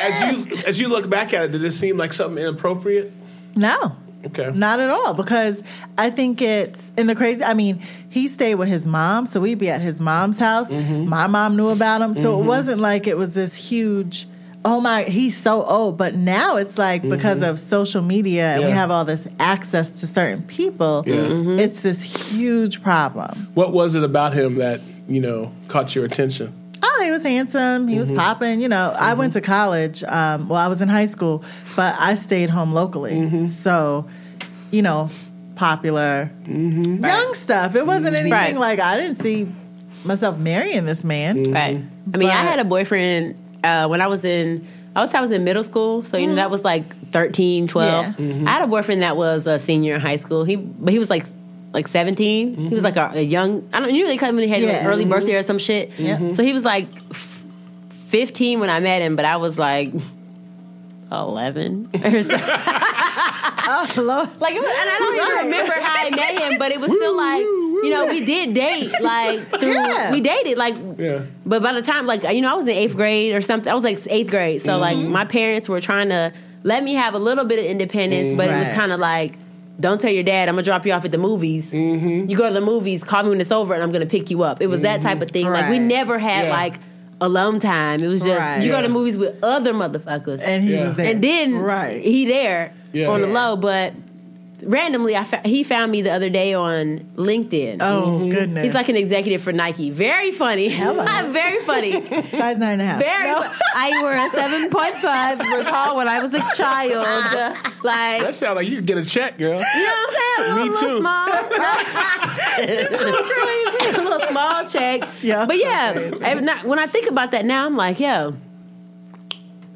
Speaker 4: as you as you look back at it, did it seem like something inappropriate?
Speaker 2: No,
Speaker 4: Okay.
Speaker 2: Not at all, because I think it's in the crazy. I mean, he stayed with his mom, so we'd be at his mom's house.
Speaker 4: Mm-hmm.
Speaker 2: My mom knew about him, so it wasn't like it was this huge. Oh my, he's so old. But now it's like because of social media and we
Speaker 4: Mm-hmm. Yeah.
Speaker 2: have all this access to certain people,
Speaker 4: Yeah. Mhm.
Speaker 2: it's this huge problem.
Speaker 4: What was it about him that you know caught your attention?
Speaker 2: Oh, he was handsome. He was
Speaker 3: Mm-hmm.
Speaker 2: popping. You know, I went to college. Um, well, I was in high school, but I stayed home locally.
Speaker 3: Mm-hmm.
Speaker 2: So, you know, popular, young stuff. It wasn't anything
Speaker 3: Mm-hmm. Right. Mm-hmm.
Speaker 2: like I didn't see myself marrying this man.
Speaker 3: Right. I mean,
Speaker 2: But-
Speaker 3: I had a boyfriend uh, when I was in. I was I was in middle school, so you know that was like 13, 12.
Speaker 2: Yeah.
Speaker 3: I had a boyfriend that was a senior in high school. He but he was like like 17. He was like a, a young. I don't. You know they come in had like
Speaker 2: Yeah.
Speaker 3: early birthday or some shit.
Speaker 2: Yeah. Mhm.
Speaker 3: So he was like f- 15 when I met him, but I was like 11 or something.
Speaker 2: Oh, Lord.
Speaker 3: Like, it was, and I don't even remember how I met him, but it was still like, you know, we did date, like, through,
Speaker 2: Yeah.
Speaker 3: we dated, like,
Speaker 4: Yeah.
Speaker 3: but by the time, like, you know, I was in eighth grade or something, I was like eighth grade. So, like, my parents were trying to let me have a little bit of independence, but it
Speaker 2: Right.
Speaker 3: was kind of like, don't tell your dad, I'm gonna drop you off at the movies. You go to the movies, call me when it's over, and I'm gonna pick you up. It was that type of thing. Like, we
Speaker 2: Right.
Speaker 3: never had,
Speaker 4: Yeah.
Speaker 3: like, alone time. It was just,
Speaker 2: Right.
Speaker 3: you go to
Speaker 4: Yeah.
Speaker 3: movies with other motherfuckers
Speaker 2: And he
Speaker 4: Yeah.
Speaker 2: was there.
Speaker 3: and then
Speaker 2: right.
Speaker 3: he there
Speaker 4: Yeah.
Speaker 3: on the
Speaker 4: Yeah.
Speaker 3: low but randomly I fa- he found me the other day on linkedin
Speaker 2: oh, goodness.
Speaker 3: Mm-hmm. he's like an executive for nike very funny very funny very
Speaker 2: size nine and a half.
Speaker 3: fu- i were a 7.5 recall when i was a child like
Speaker 4: That sounds like you could get a check, girl.
Speaker 3: you know what I'm saying? A
Speaker 4: Me
Speaker 3: little,
Speaker 4: too.
Speaker 3: small. crazy. A little small check.
Speaker 2: Yeah.
Speaker 3: But yeah, I- not- when I think about that now, I'm like, yo,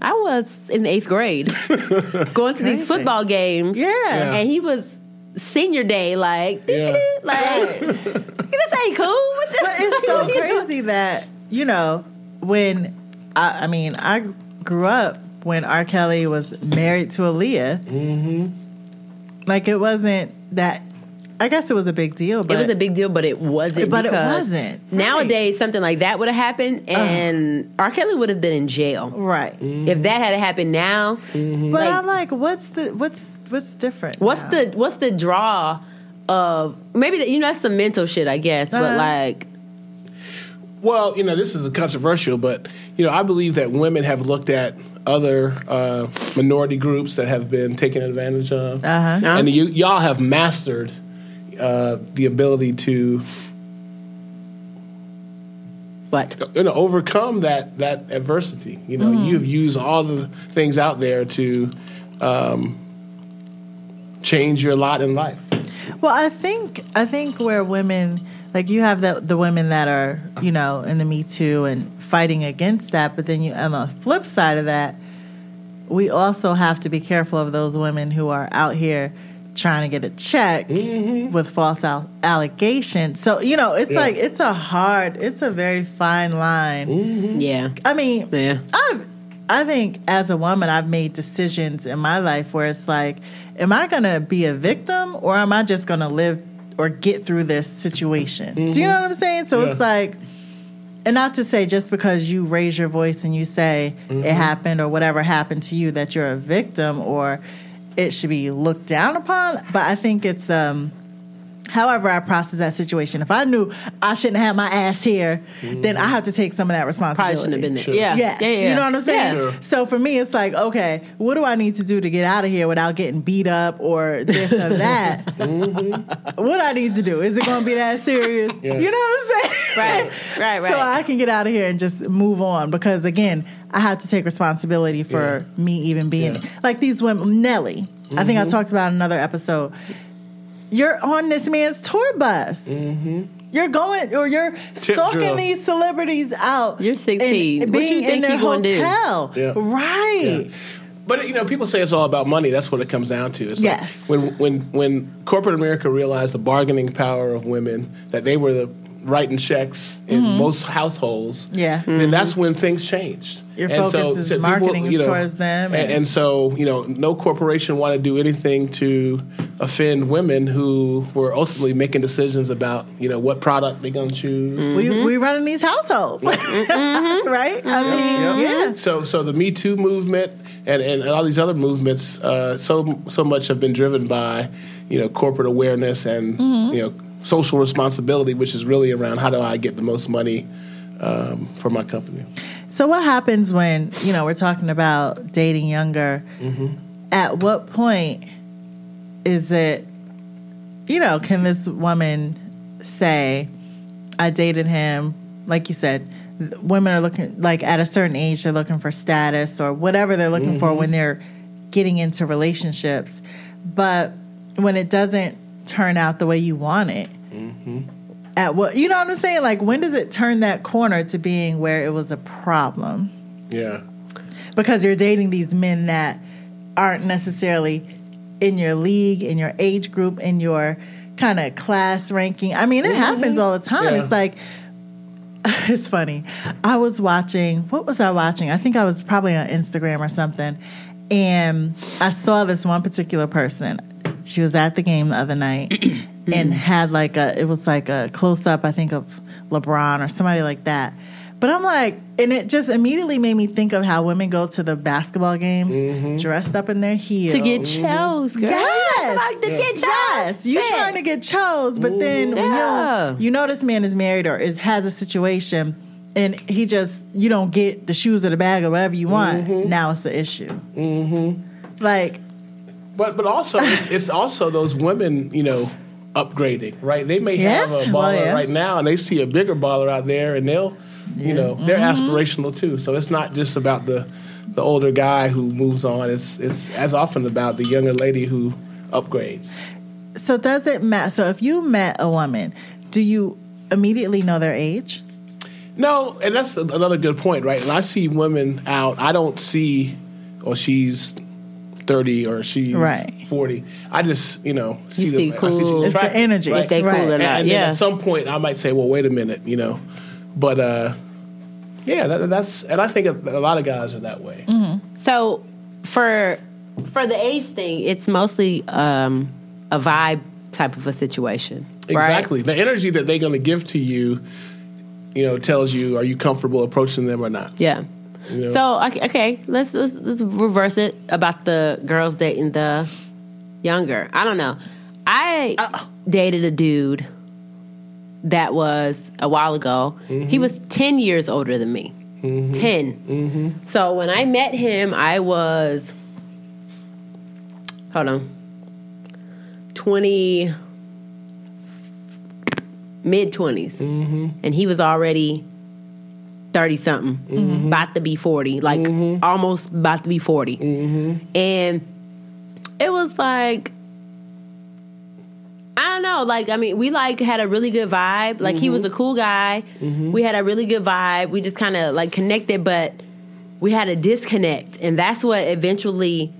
Speaker 3: I was in the eighth grade going to these
Speaker 2: Crazy.
Speaker 3: football games.
Speaker 2: Yeah.
Speaker 4: Yeah.
Speaker 3: And he was senior day, like,
Speaker 4: Yeah.
Speaker 3: like, this ain't cool. What the-
Speaker 2: But it's so
Speaker 3: you know?
Speaker 2: crazy that you know when I, I mean I grew up when R. Kelly was married to Aaliyah. Mm-hmm. Like it wasn't that I guess it was a big deal, but
Speaker 3: it was a big deal, but it wasn't.
Speaker 2: But it
Speaker 3: because
Speaker 2: wasn't, right. Uh.
Speaker 3: Nowadays, something like that would have happened, and R. Kelly would have been in jail
Speaker 2: right.
Speaker 3: if that had happened now.
Speaker 2: But
Speaker 3: Like-
Speaker 2: I'm like, what's the what's what's different?
Speaker 3: What's
Speaker 2: now?
Speaker 3: the what's the draw of maybe that you know that's some mental shit, I guess, but
Speaker 2: Uh-huh.
Speaker 3: like
Speaker 4: Well, you know, this is controversial, but you know, I believe that women have looked at other uh, minority groups that have been taken advantage of,
Speaker 2: Uh-huh.
Speaker 4: and you, y'all have mastered uh, the ability to
Speaker 3: what
Speaker 4: you know overcome that that adversity. You
Speaker 2: Mm.
Speaker 4: know, you've used all the things out there to um, change your lot in life.
Speaker 2: Well, I think I think where women like you have the the women that are you know in the Me Too and fighting against that, but then you on the flip side of that, we also have to be careful of those women who are out here trying to get a check with false al- allegations. So you know, it's
Speaker 4: Yeah.
Speaker 2: like it's a hard, it's a very fine line.
Speaker 3: yeah.
Speaker 2: I mean,
Speaker 3: Yeah.
Speaker 2: I've, I think as a woman, I've made decisions in my life where it's like, am I going to be a victim or am I just going to live or get through this situation? Do you know what I'm saying? So it's
Speaker 4: Yeah.
Speaker 2: like, and not to say just because you raise your voice and you say it happened or whatever happened to you that you're a victim or it should be looked down upon, but I think it's um however I process that situation. If I knew I shouldn't have my ass here, then I have to take some of that responsibility.
Speaker 3: Probably shouldn't have been there.
Speaker 4: Sure.
Speaker 3: Yeah.
Speaker 2: Yeah.
Speaker 3: yeah, yeah.
Speaker 2: You know what I'm saying?
Speaker 3: Yeah.
Speaker 4: Sure.
Speaker 2: So for me, it's like, okay, what do I need to do to get out of here without getting beat up or this or that? What I need to do? Is it going to be that serious?
Speaker 4: Mm-hmm. Yeah.
Speaker 2: You know what I'm saying?
Speaker 3: Right, right, right.
Speaker 2: So I can get out of here and just move on because again, I have to take responsibility for me even being
Speaker 4: Yeah. Mm-hmm.
Speaker 2: like these women. Nelly, I think I talked about in another episode. You're on this man's tour bus. You're going or you're stalking
Speaker 4: Mm-hmm. drill.
Speaker 2: these celebrities out.
Speaker 3: You're 16.
Speaker 2: and
Speaker 3: What you
Speaker 2: Being in
Speaker 3: think
Speaker 2: their
Speaker 3: he gonna do?
Speaker 2: hotel,
Speaker 4: Yeah.
Speaker 2: right?
Speaker 4: Yeah. But you know, people say it's all about money. That's what it comes down to. It's like
Speaker 2: Yes.
Speaker 4: when when when corporate America realized the bargaining power of women, that they were the writing checks in most households.
Speaker 2: Mm-hmm. Yeah.
Speaker 4: Then that's when things changed.
Speaker 2: Mm-hmm. Your focus is marketing is towards them
Speaker 4: And,
Speaker 2: and-
Speaker 4: and so, you know, no corporation wanted to do anything to offend women who were ultimately making decisions about, you know, what product they're going to choose.
Speaker 3: Mm-hmm.
Speaker 2: We we running these households, right? I
Speaker 3: Mm-hmm.
Speaker 2: mean, Mm-hmm. yeah.
Speaker 4: So, so the Me Too movement and, and, and all these other movements, uh, so so much have been driven by, you know, corporate awareness and you know social responsibility, which is really around how do I get the most money um, for my company.
Speaker 2: So what happens when you know we're talking about dating younger? At what point is it? You know, can this woman say, "I dated him"? Like you said, th- women are looking like at a certain age they're looking for status or whatever they're looking for when they're getting into relationships, but when it doesn't turn out the way you want it, at what you know what I'm saying? Like when does it turn that corner to being where it was a problem?
Speaker 4: Yeah,
Speaker 2: Because you're dating these men that aren't necessarily in your league, in your age group, in your kind of class ranking. I mean, it happens all the time.
Speaker 4: Yeah.
Speaker 2: It's like it's funny. I was watching, what was I watching? I think I was probably on Instagram or something. And I saw this one particular person. She was at the game the other night and had like a, it was like a close up, I think, of LeBron or somebody like that. But I'm like, and it just immediately made me think of how women go to the basketball games dressed up in their heels
Speaker 3: Mm-hmm. To get chose, girl.
Speaker 2: Yes.
Speaker 3: Like to get chose.
Speaker 2: Yes, you're
Speaker 3: Shit.
Speaker 2: trying to get chose, but then when
Speaker 3: Yeah.
Speaker 2: you you know this man is married or is has a situation, and he just you don't get the shoes or the bag or whatever you want. Now it's the issue. Mm-hmm. Like
Speaker 4: but but also it's, it's also those women, you know. Upgrading, right? They may
Speaker 2: Yeah,
Speaker 4: have a baller
Speaker 2: well, yeah.
Speaker 4: right now, and they see a bigger baller out there, and they'll, you know, they're
Speaker 2: Mm-hmm.
Speaker 4: aspirational too. So it's not just about the the older guy who moves on. It's it's as often about the younger lady who upgrades.
Speaker 2: so, does it matter? So if you met a woman, do you immediately know their age?
Speaker 4: No, and that's another good point, right? When I see women out, I don't see, well, she's thirty or she's
Speaker 2: Right.
Speaker 4: forty. I just, you know, see
Speaker 3: You
Speaker 4: them.
Speaker 3: see
Speaker 4: I see she's
Speaker 3: cool-
Speaker 2: It's the
Speaker 4: attractive,
Speaker 2: energy,
Speaker 4: right?
Speaker 3: they cool
Speaker 2: right?
Speaker 3: or
Speaker 4: And,
Speaker 3: not.
Speaker 4: and then
Speaker 3: Yeah.
Speaker 4: at some point, I might say, "Well, wait a minute," you know, but uh, yeah, that, that's, and I think a, a lot of guys are that
Speaker 3: Mm.
Speaker 4: way.
Speaker 3: So for for the age thing, it's mostly um, a vibe type of a situation. right?
Speaker 4: Exactly. The energy that they're going to give to you, you know, tells you are you comfortable approaching them or not.
Speaker 3: Yeah.
Speaker 4: Yeah.
Speaker 3: So okay, okay, let's let's let's reverse it about the girls dating the younger. I don't know. I dated a dude that was a while ago. He was ten years older than me. 10 So when I met him, I was hold on twenty mid 20s and he was already 30 something, about to be 40, like almost about to be 40. And it was like, I don't know, like, I mean, we like had a really good vibe. Like, he was a cool guy. We had a really good vibe. We just kind of like connected, but we had a disconnect. And that's what eventually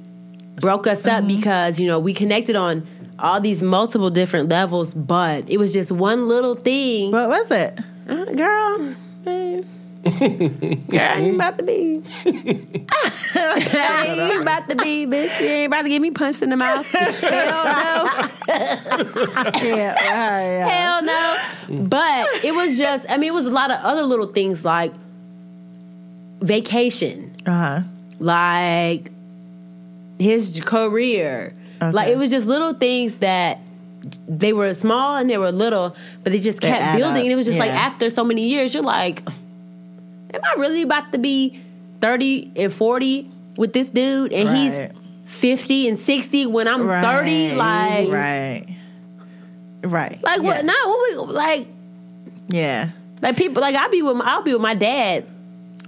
Speaker 3: broke us up because, you know, we connected on all these multiple different levels, but it was just one little thing
Speaker 2: What was it?
Speaker 3: uh, girl, man. girl, you about to be. you ain't about to be, bitch. You ain't about to get me punched in the mouth. Hell no.
Speaker 2: Yeah, yeah, yeah.
Speaker 3: Hell no. But it was just, I mean, it was a lot of other little things like vacation,
Speaker 2: Uh-huh.
Speaker 3: like his career.
Speaker 2: Okay.
Speaker 3: Like it was just little things that they were small and they were little, but they just
Speaker 2: They
Speaker 3: kept
Speaker 2: add
Speaker 3: building.
Speaker 2: up,
Speaker 3: And it was just like
Speaker 2: yeah.
Speaker 3: after so many years, you're like, am I really about to be 30 and 40 with this dude? And
Speaker 2: Right.
Speaker 3: he's 50 and 60 when I'm
Speaker 2: Right.
Speaker 3: 30? Like,
Speaker 2: right, right.
Speaker 3: like
Speaker 2: yeah.
Speaker 3: what? Not what we, like,
Speaker 2: Yeah.
Speaker 3: like people, like I'll be with, my, I'll be with my dad.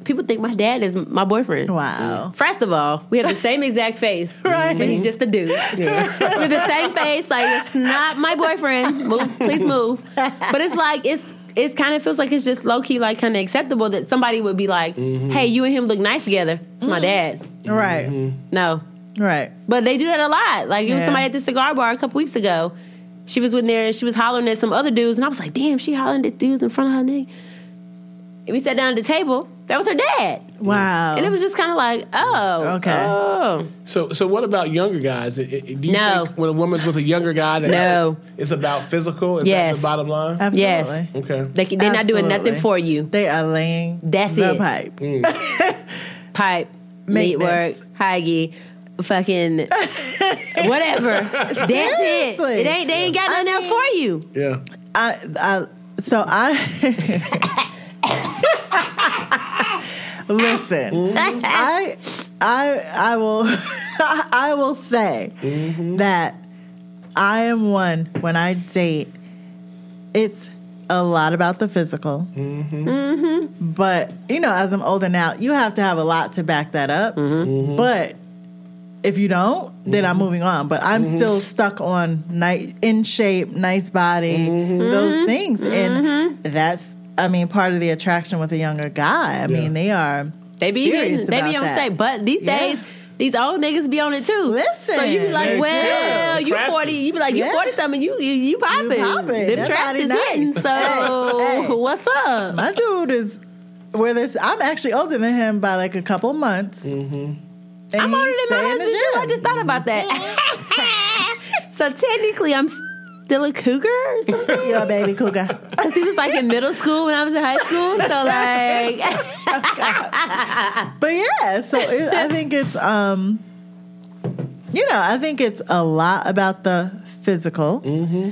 Speaker 3: People think my dad is my boyfriend.
Speaker 2: Wow.
Speaker 3: First of all, we have the same exact face, right? But he's just a dude with the same face. Like it's not my boyfriend. Move, please move. But it's like it's it kind of feels like it's just low key, like kind of acceptable that somebody would be like,
Speaker 2: Mm-hmm.
Speaker 3: "Hey, you and him look nice together." It's
Speaker 2: Mm.
Speaker 3: my dad.
Speaker 2: Right.
Speaker 3: No,
Speaker 2: Right.
Speaker 3: but they do that a lot. Like it was
Speaker 2: Yeah.
Speaker 3: somebody at the cigar bar a couple weeks ago. She was in there and she was hollering at some other dudes, and I was like, "Damn, she hollering at dudes in front of her name." And we sat down at the table. That was her dad,
Speaker 2: Wow.
Speaker 3: and it was just kind of like, "Oh,
Speaker 2: Okay.
Speaker 3: oh.
Speaker 4: So, so what about younger guys? I- I- Do you
Speaker 3: No.
Speaker 4: think when a woman's with a younger guy, that
Speaker 3: No.
Speaker 4: it's about physical? Is
Speaker 3: Yes.
Speaker 4: that the bottom line?
Speaker 2: Absolutely.
Speaker 3: Yes.
Speaker 4: okay.
Speaker 3: They, can- they're not doing nothing
Speaker 2: Absolutely.
Speaker 3: for you.
Speaker 2: They are laying
Speaker 3: That's
Speaker 2: the
Speaker 3: it.
Speaker 2: pipe.
Speaker 3: Pipe, meat work,
Speaker 2: Maintenance.
Speaker 3: hygge, fucking whatever. That's it.
Speaker 2: Seriously.
Speaker 3: It ain't. They ain't got nothing else for you.
Speaker 4: Yeah.
Speaker 2: I, I so I listen. I I I will I will say that I am one when I date. It's a lot about the physical, but you know, as I'm older now, you have to have a lot to back that up. But if you don't, then I'm moving on. But I'm still stuck on night in shape, nice body, those things, and that's I mean part of the attraction with a younger guy. I mean they are
Speaker 3: They be
Speaker 2: serious
Speaker 3: hitting. They
Speaker 2: about
Speaker 3: be on
Speaker 2: that.
Speaker 3: state. But these
Speaker 2: Yeah.
Speaker 3: days, these old niggas be on it too.
Speaker 2: Listen,
Speaker 3: So you be like,
Speaker 2: they
Speaker 3: well,
Speaker 4: do.
Speaker 3: you
Speaker 4: Crafty.
Speaker 3: forty. You be like, you
Speaker 2: Yeah.
Speaker 3: forty something. You you, you popping.
Speaker 2: popping.
Speaker 3: Them
Speaker 2: That
Speaker 3: tracks
Speaker 2: body
Speaker 3: is
Speaker 2: nice.
Speaker 3: hitting. So
Speaker 2: Hey, hey.
Speaker 3: what's up?
Speaker 2: My dude is where this. I'm actually older than him by like a couple months. And
Speaker 3: Mm-hmm. I'm
Speaker 2: he
Speaker 3: older than my
Speaker 2: stay in the
Speaker 3: husband too. I
Speaker 2: gym.
Speaker 3: just thought about that. so technically, I'm still a cougar or something.
Speaker 2: You're a baby cougar.
Speaker 3: Cause he was like in middle school when I was in high school. So like,
Speaker 2: but yeah, so it, I think it's um, you know, I think it's a lot about the physical.
Speaker 3: Mm-hmm.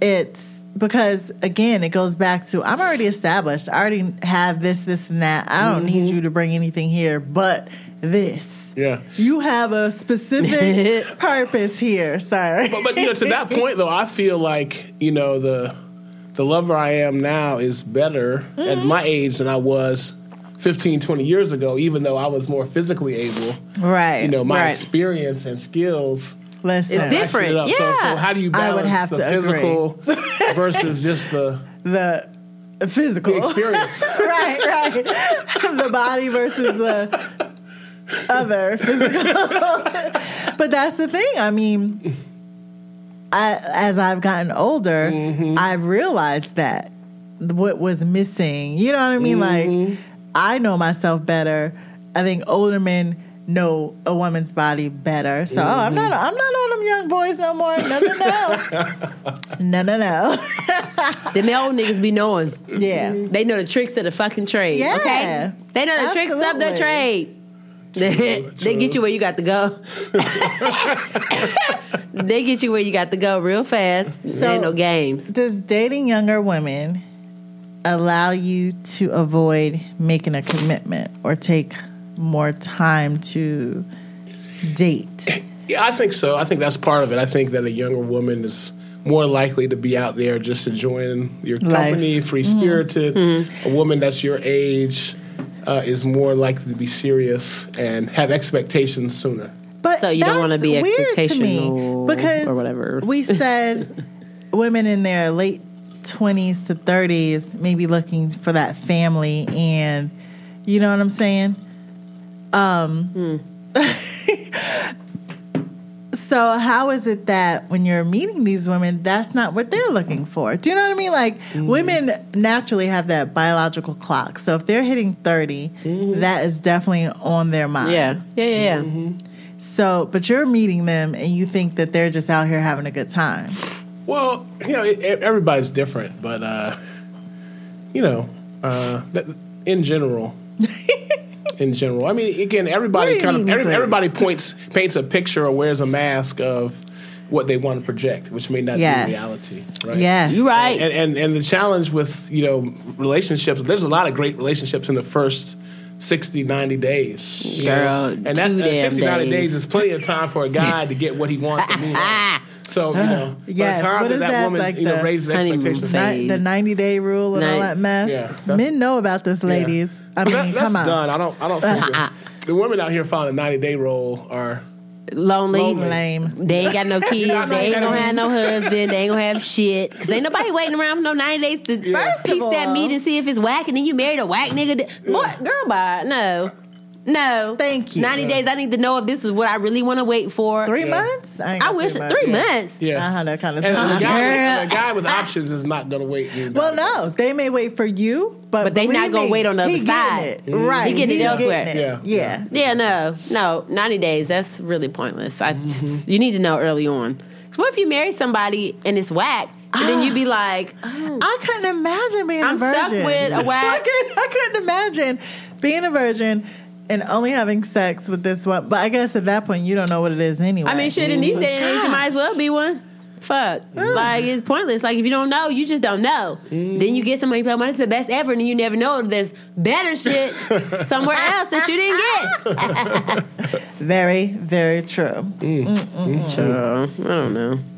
Speaker 2: It's because again, it goes back to I'm already established. I already have this, this, and that. I don't
Speaker 3: Mm-hmm.
Speaker 2: need you to bring anything here, but this.
Speaker 4: Yeah.
Speaker 2: You have a specific purpose here, sir.
Speaker 4: But, but you know, to that point though, I feel like you know the the lover I am now is better
Speaker 2: Mm-hmm.
Speaker 4: at my age than I was 15, 20 years ago. Even though I was more physically able,
Speaker 2: right.
Speaker 4: you know, my
Speaker 3: Right.
Speaker 4: experience and skills.
Speaker 2: Listen,
Speaker 3: It's different.
Speaker 4: ratcheted So,
Speaker 3: yeah.
Speaker 4: so how do you
Speaker 2: I
Speaker 4: balance
Speaker 2: would have
Speaker 4: the
Speaker 2: to
Speaker 4: physical versus just the
Speaker 2: the physical
Speaker 4: experience?
Speaker 2: right, right. the body versus the other physical. but that's the thing. I mean, I, as I've gotten older, I've realized that what was missing. You know what I mean? Like, I know myself better. I think older men know a woman's body better. So oh, I'm not I'm not on them young boys no more. No no no. no no no.
Speaker 3: Them old niggas be knowing.
Speaker 2: Yeah.
Speaker 3: They know the tricks of the fucking trade.
Speaker 2: Yeah.
Speaker 3: Okay. They know the tricks of the
Speaker 2: Absolutely.
Speaker 3: trade. They,
Speaker 4: true.
Speaker 3: they get you where you got to go. they get you where you got to go real fast.
Speaker 2: So-
Speaker 3: there ain't no games.
Speaker 2: Does dating younger women allow you to avoid making a commitment or take more time to date?
Speaker 4: Yeah, I think so. I think that's part of it. I think that a younger woman is more likely to be out there just enjoying your
Speaker 2: Life.
Speaker 4: company, free spirited. A woman that's your age uh, is more likely to be serious and have expectations sooner.
Speaker 2: But
Speaker 3: So you don't wanna
Speaker 2: that's
Speaker 3: be
Speaker 2: weird to me
Speaker 3: expectational
Speaker 2: because
Speaker 3: or whatever.
Speaker 2: we said women in their late twenties to thirties maybe looking for that family and you know what I'm saying.
Speaker 3: Hmm.
Speaker 2: Um. so how is it that when you're meeting these women, that's not what they're looking for? Do you know what I mean? Like
Speaker 3: Hmm.
Speaker 2: women naturally have that biological clock. So if they're hitting 30 that is definitely on their mind.
Speaker 3: Hmm. Yeah. Yeah, yeah, yeah.
Speaker 2: So, but you're meeting them and you think that they're just out here having a good time.
Speaker 4: Well, you know, it, it- everybody's different, but uh, you know, uh, that, in general, in general, I mean, again,
Speaker 2: What do
Speaker 4: everybody
Speaker 2: you
Speaker 4: kind of
Speaker 2: mean,
Speaker 4: every,
Speaker 2: Ethan?
Speaker 4: everybody points paints a picture or wears a mask of what they want to project, which may not
Speaker 2: Yes.
Speaker 4: be reality, right?
Speaker 2: Yes.
Speaker 3: You right.
Speaker 4: And, and and the challenge with you know relationships, there's a lot of great relationships in the first 60, 90 days. you know?
Speaker 3: Girl,
Speaker 4: and that
Speaker 3: too
Speaker 4: uh, 60, 90
Speaker 3: damn
Speaker 4: days
Speaker 3: days.
Speaker 4: is plenty of time for a guy to get what he wants. to move
Speaker 3: Ah,
Speaker 4: on. So you know,
Speaker 2: Yes,
Speaker 4: by the time
Speaker 2: what
Speaker 4: that,
Speaker 2: is
Speaker 4: that
Speaker 2: that,
Speaker 4: woman
Speaker 2: like
Speaker 4: you know
Speaker 2: the
Speaker 4: raises
Speaker 3: honeymoon
Speaker 4: expectations,
Speaker 3: phase?
Speaker 4: yeah,
Speaker 2: Ni- the 90 day rule and all
Speaker 3: Nin-
Speaker 2: that mess.
Speaker 4: Yeah, that's-
Speaker 2: Men know about this, ladies. I mean,
Speaker 4: that,
Speaker 2: come
Speaker 4: that's
Speaker 2: on.
Speaker 4: done. I don't. I don't think that- the women out here found a ninety day role are
Speaker 3: Lonely.
Speaker 2: Lame.
Speaker 3: They ain't got no kids. they ain't gonna have no husband. They ain't gonna have shit. Cause ain't nobody waiting around for no ninety days to
Speaker 2: First of
Speaker 3: piece that
Speaker 2: all-
Speaker 3: meat and see if it's whack. And then you married a whack nigga. that- Boy, girl, bye. No, no.
Speaker 2: Thank you.
Speaker 3: Ninety days. I need to know if this is what I really want to wait for.
Speaker 2: Three
Speaker 4: Yeah.
Speaker 2: months? ain't
Speaker 3: I
Speaker 2: got
Speaker 3: wish three months.
Speaker 4: yeah.
Speaker 2: I had that kind of
Speaker 4: And
Speaker 2: time.
Speaker 4: a guy,
Speaker 3: Girl.
Speaker 4: and a guy with options is not going to wait. you know.
Speaker 2: Well, no, they may wait for you, but,
Speaker 3: But they
Speaker 2: believe
Speaker 3: not gonna
Speaker 2: me,
Speaker 3: wait on the
Speaker 2: he
Speaker 3: other
Speaker 2: getting
Speaker 3: side.
Speaker 2: It. Right,
Speaker 3: He getting it elsewhere.
Speaker 2: Yeah.
Speaker 4: Yeah.
Speaker 2: yeah,
Speaker 3: Yeah, no, no, ninety days. That's really pointless.
Speaker 2: Mm-hmm.
Speaker 3: I just, you need to know early on. 'Cause what if you marry somebody and it's whack, and
Speaker 2: Ah.
Speaker 3: then you be like,
Speaker 2: I couldn't imagine being a
Speaker 3: I'm
Speaker 2: virgin.
Speaker 3: stuck with a whack-
Speaker 2: I, couldn't, I couldn't imagine being a virgin and only having sex with this one. But I guess at that point, you don't know what it is anyway.
Speaker 3: I mean, shit, in these
Speaker 4: Mm-hmm.
Speaker 3: days and age, you might as well be one. Fuck. Like, it's pointless. Like, if you don't know, you just don't know.
Speaker 4: Mm.
Speaker 3: Then you get somebody, like, well, it's the best ever, and then you never know if there's better shit somewhere else that you didn't get.
Speaker 2: Very, very true.
Speaker 3: Sure. Oh, I don't know.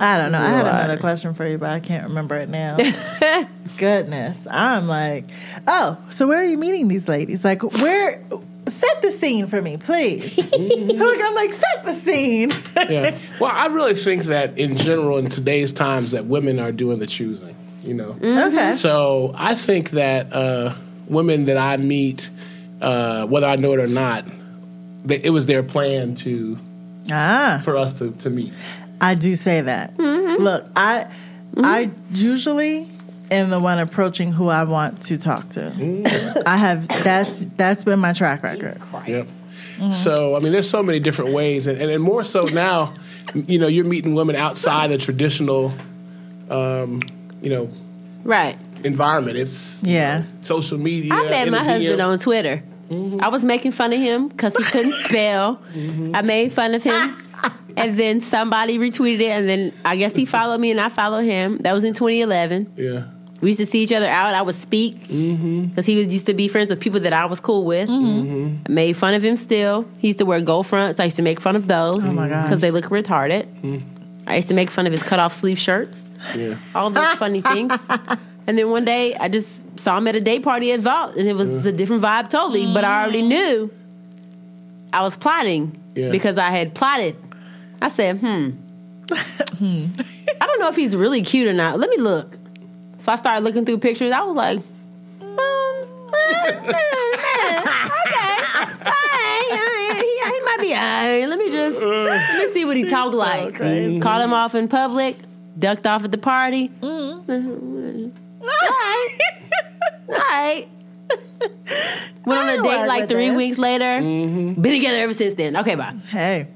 Speaker 2: I don't know. I had
Speaker 3: Right.
Speaker 2: another question for you, but I can't remember it now. Goodness. I'm like, oh, so where are you meeting these ladies? Like, where? Set the scene for me, please. I'm like, set the scene.
Speaker 4: yeah. Well, I really think that in general, in today's times, that women are doing the choosing. You know.
Speaker 2: Mm. okay.
Speaker 4: So I think that uh, women that I meet, uh, whether I know it or not, that it was their plan to
Speaker 2: Ah,
Speaker 4: for us to, to meet.
Speaker 2: I do say that. Look, I, I usually am the one approaching who I want to talk to. I have that's that's been my track record.
Speaker 4: Yep. So I mean, there's so many different ways, and, and, and more so now, you know, you're meeting women outside the traditional, um, you know,
Speaker 3: Right.
Speaker 4: environment. It's
Speaker 2: Yeah.
Speaker 4: social media.
Speaker 3: I met
Speaker 4: in
Speaker 3: my
Speaker 4: the Mm-hmm.
Speaker 3: husband
Speaker 4: DM.
Speaker 3: on Twitter. I was making fun of him because he couldn't spell.
Speaker 4: Mm-hmm.
Speaker 3: I made fun of him. And then somebody retweeted it, and then I guess he followed me, and I followed him. That was in 2011.
Speaker 4: Yeah.
Speaker 3: We used to see each other out. I would speak because
Speaker 2: Mm-hmm.
Speaker 3: he was used to be friends with people that I was cool with. I made fun of him still. He used to wear gold fronts. I used to make fun of those
Speaker 2: Oh my gosh. Mm.
Speaker 3: because they look retarded. I used to make fun of his cut off sleeve shirts.
Speaker 4: Yeah.
Speaker 3: All those funny things. And then one day I just saw him at a day party at Vault, and it was a different vibe totally. But I already knew I was plotting
Speaker 4: Yeah.
Speaker 3: because I had plotted. I said, hmm. I don't know if he's really cute or not. Let me look. So I started looking through pictures. I was like, "Uh, okay, he, he might be. alright. let me just let me see what he talked like.
Speaker 2: Mm-hmm.
Speaker 3: Called him off in public. Ducked off at the party. All right. All right. Went on
Speaker 2: I was
Speaker 3: a date like
Speaker 2: with
Speaker 3: three
Speaker 2: this. Mm-hmm.
Speaker 3: weeks later. Been together ever since then. Okay, bye.
Speaker 2: Hey,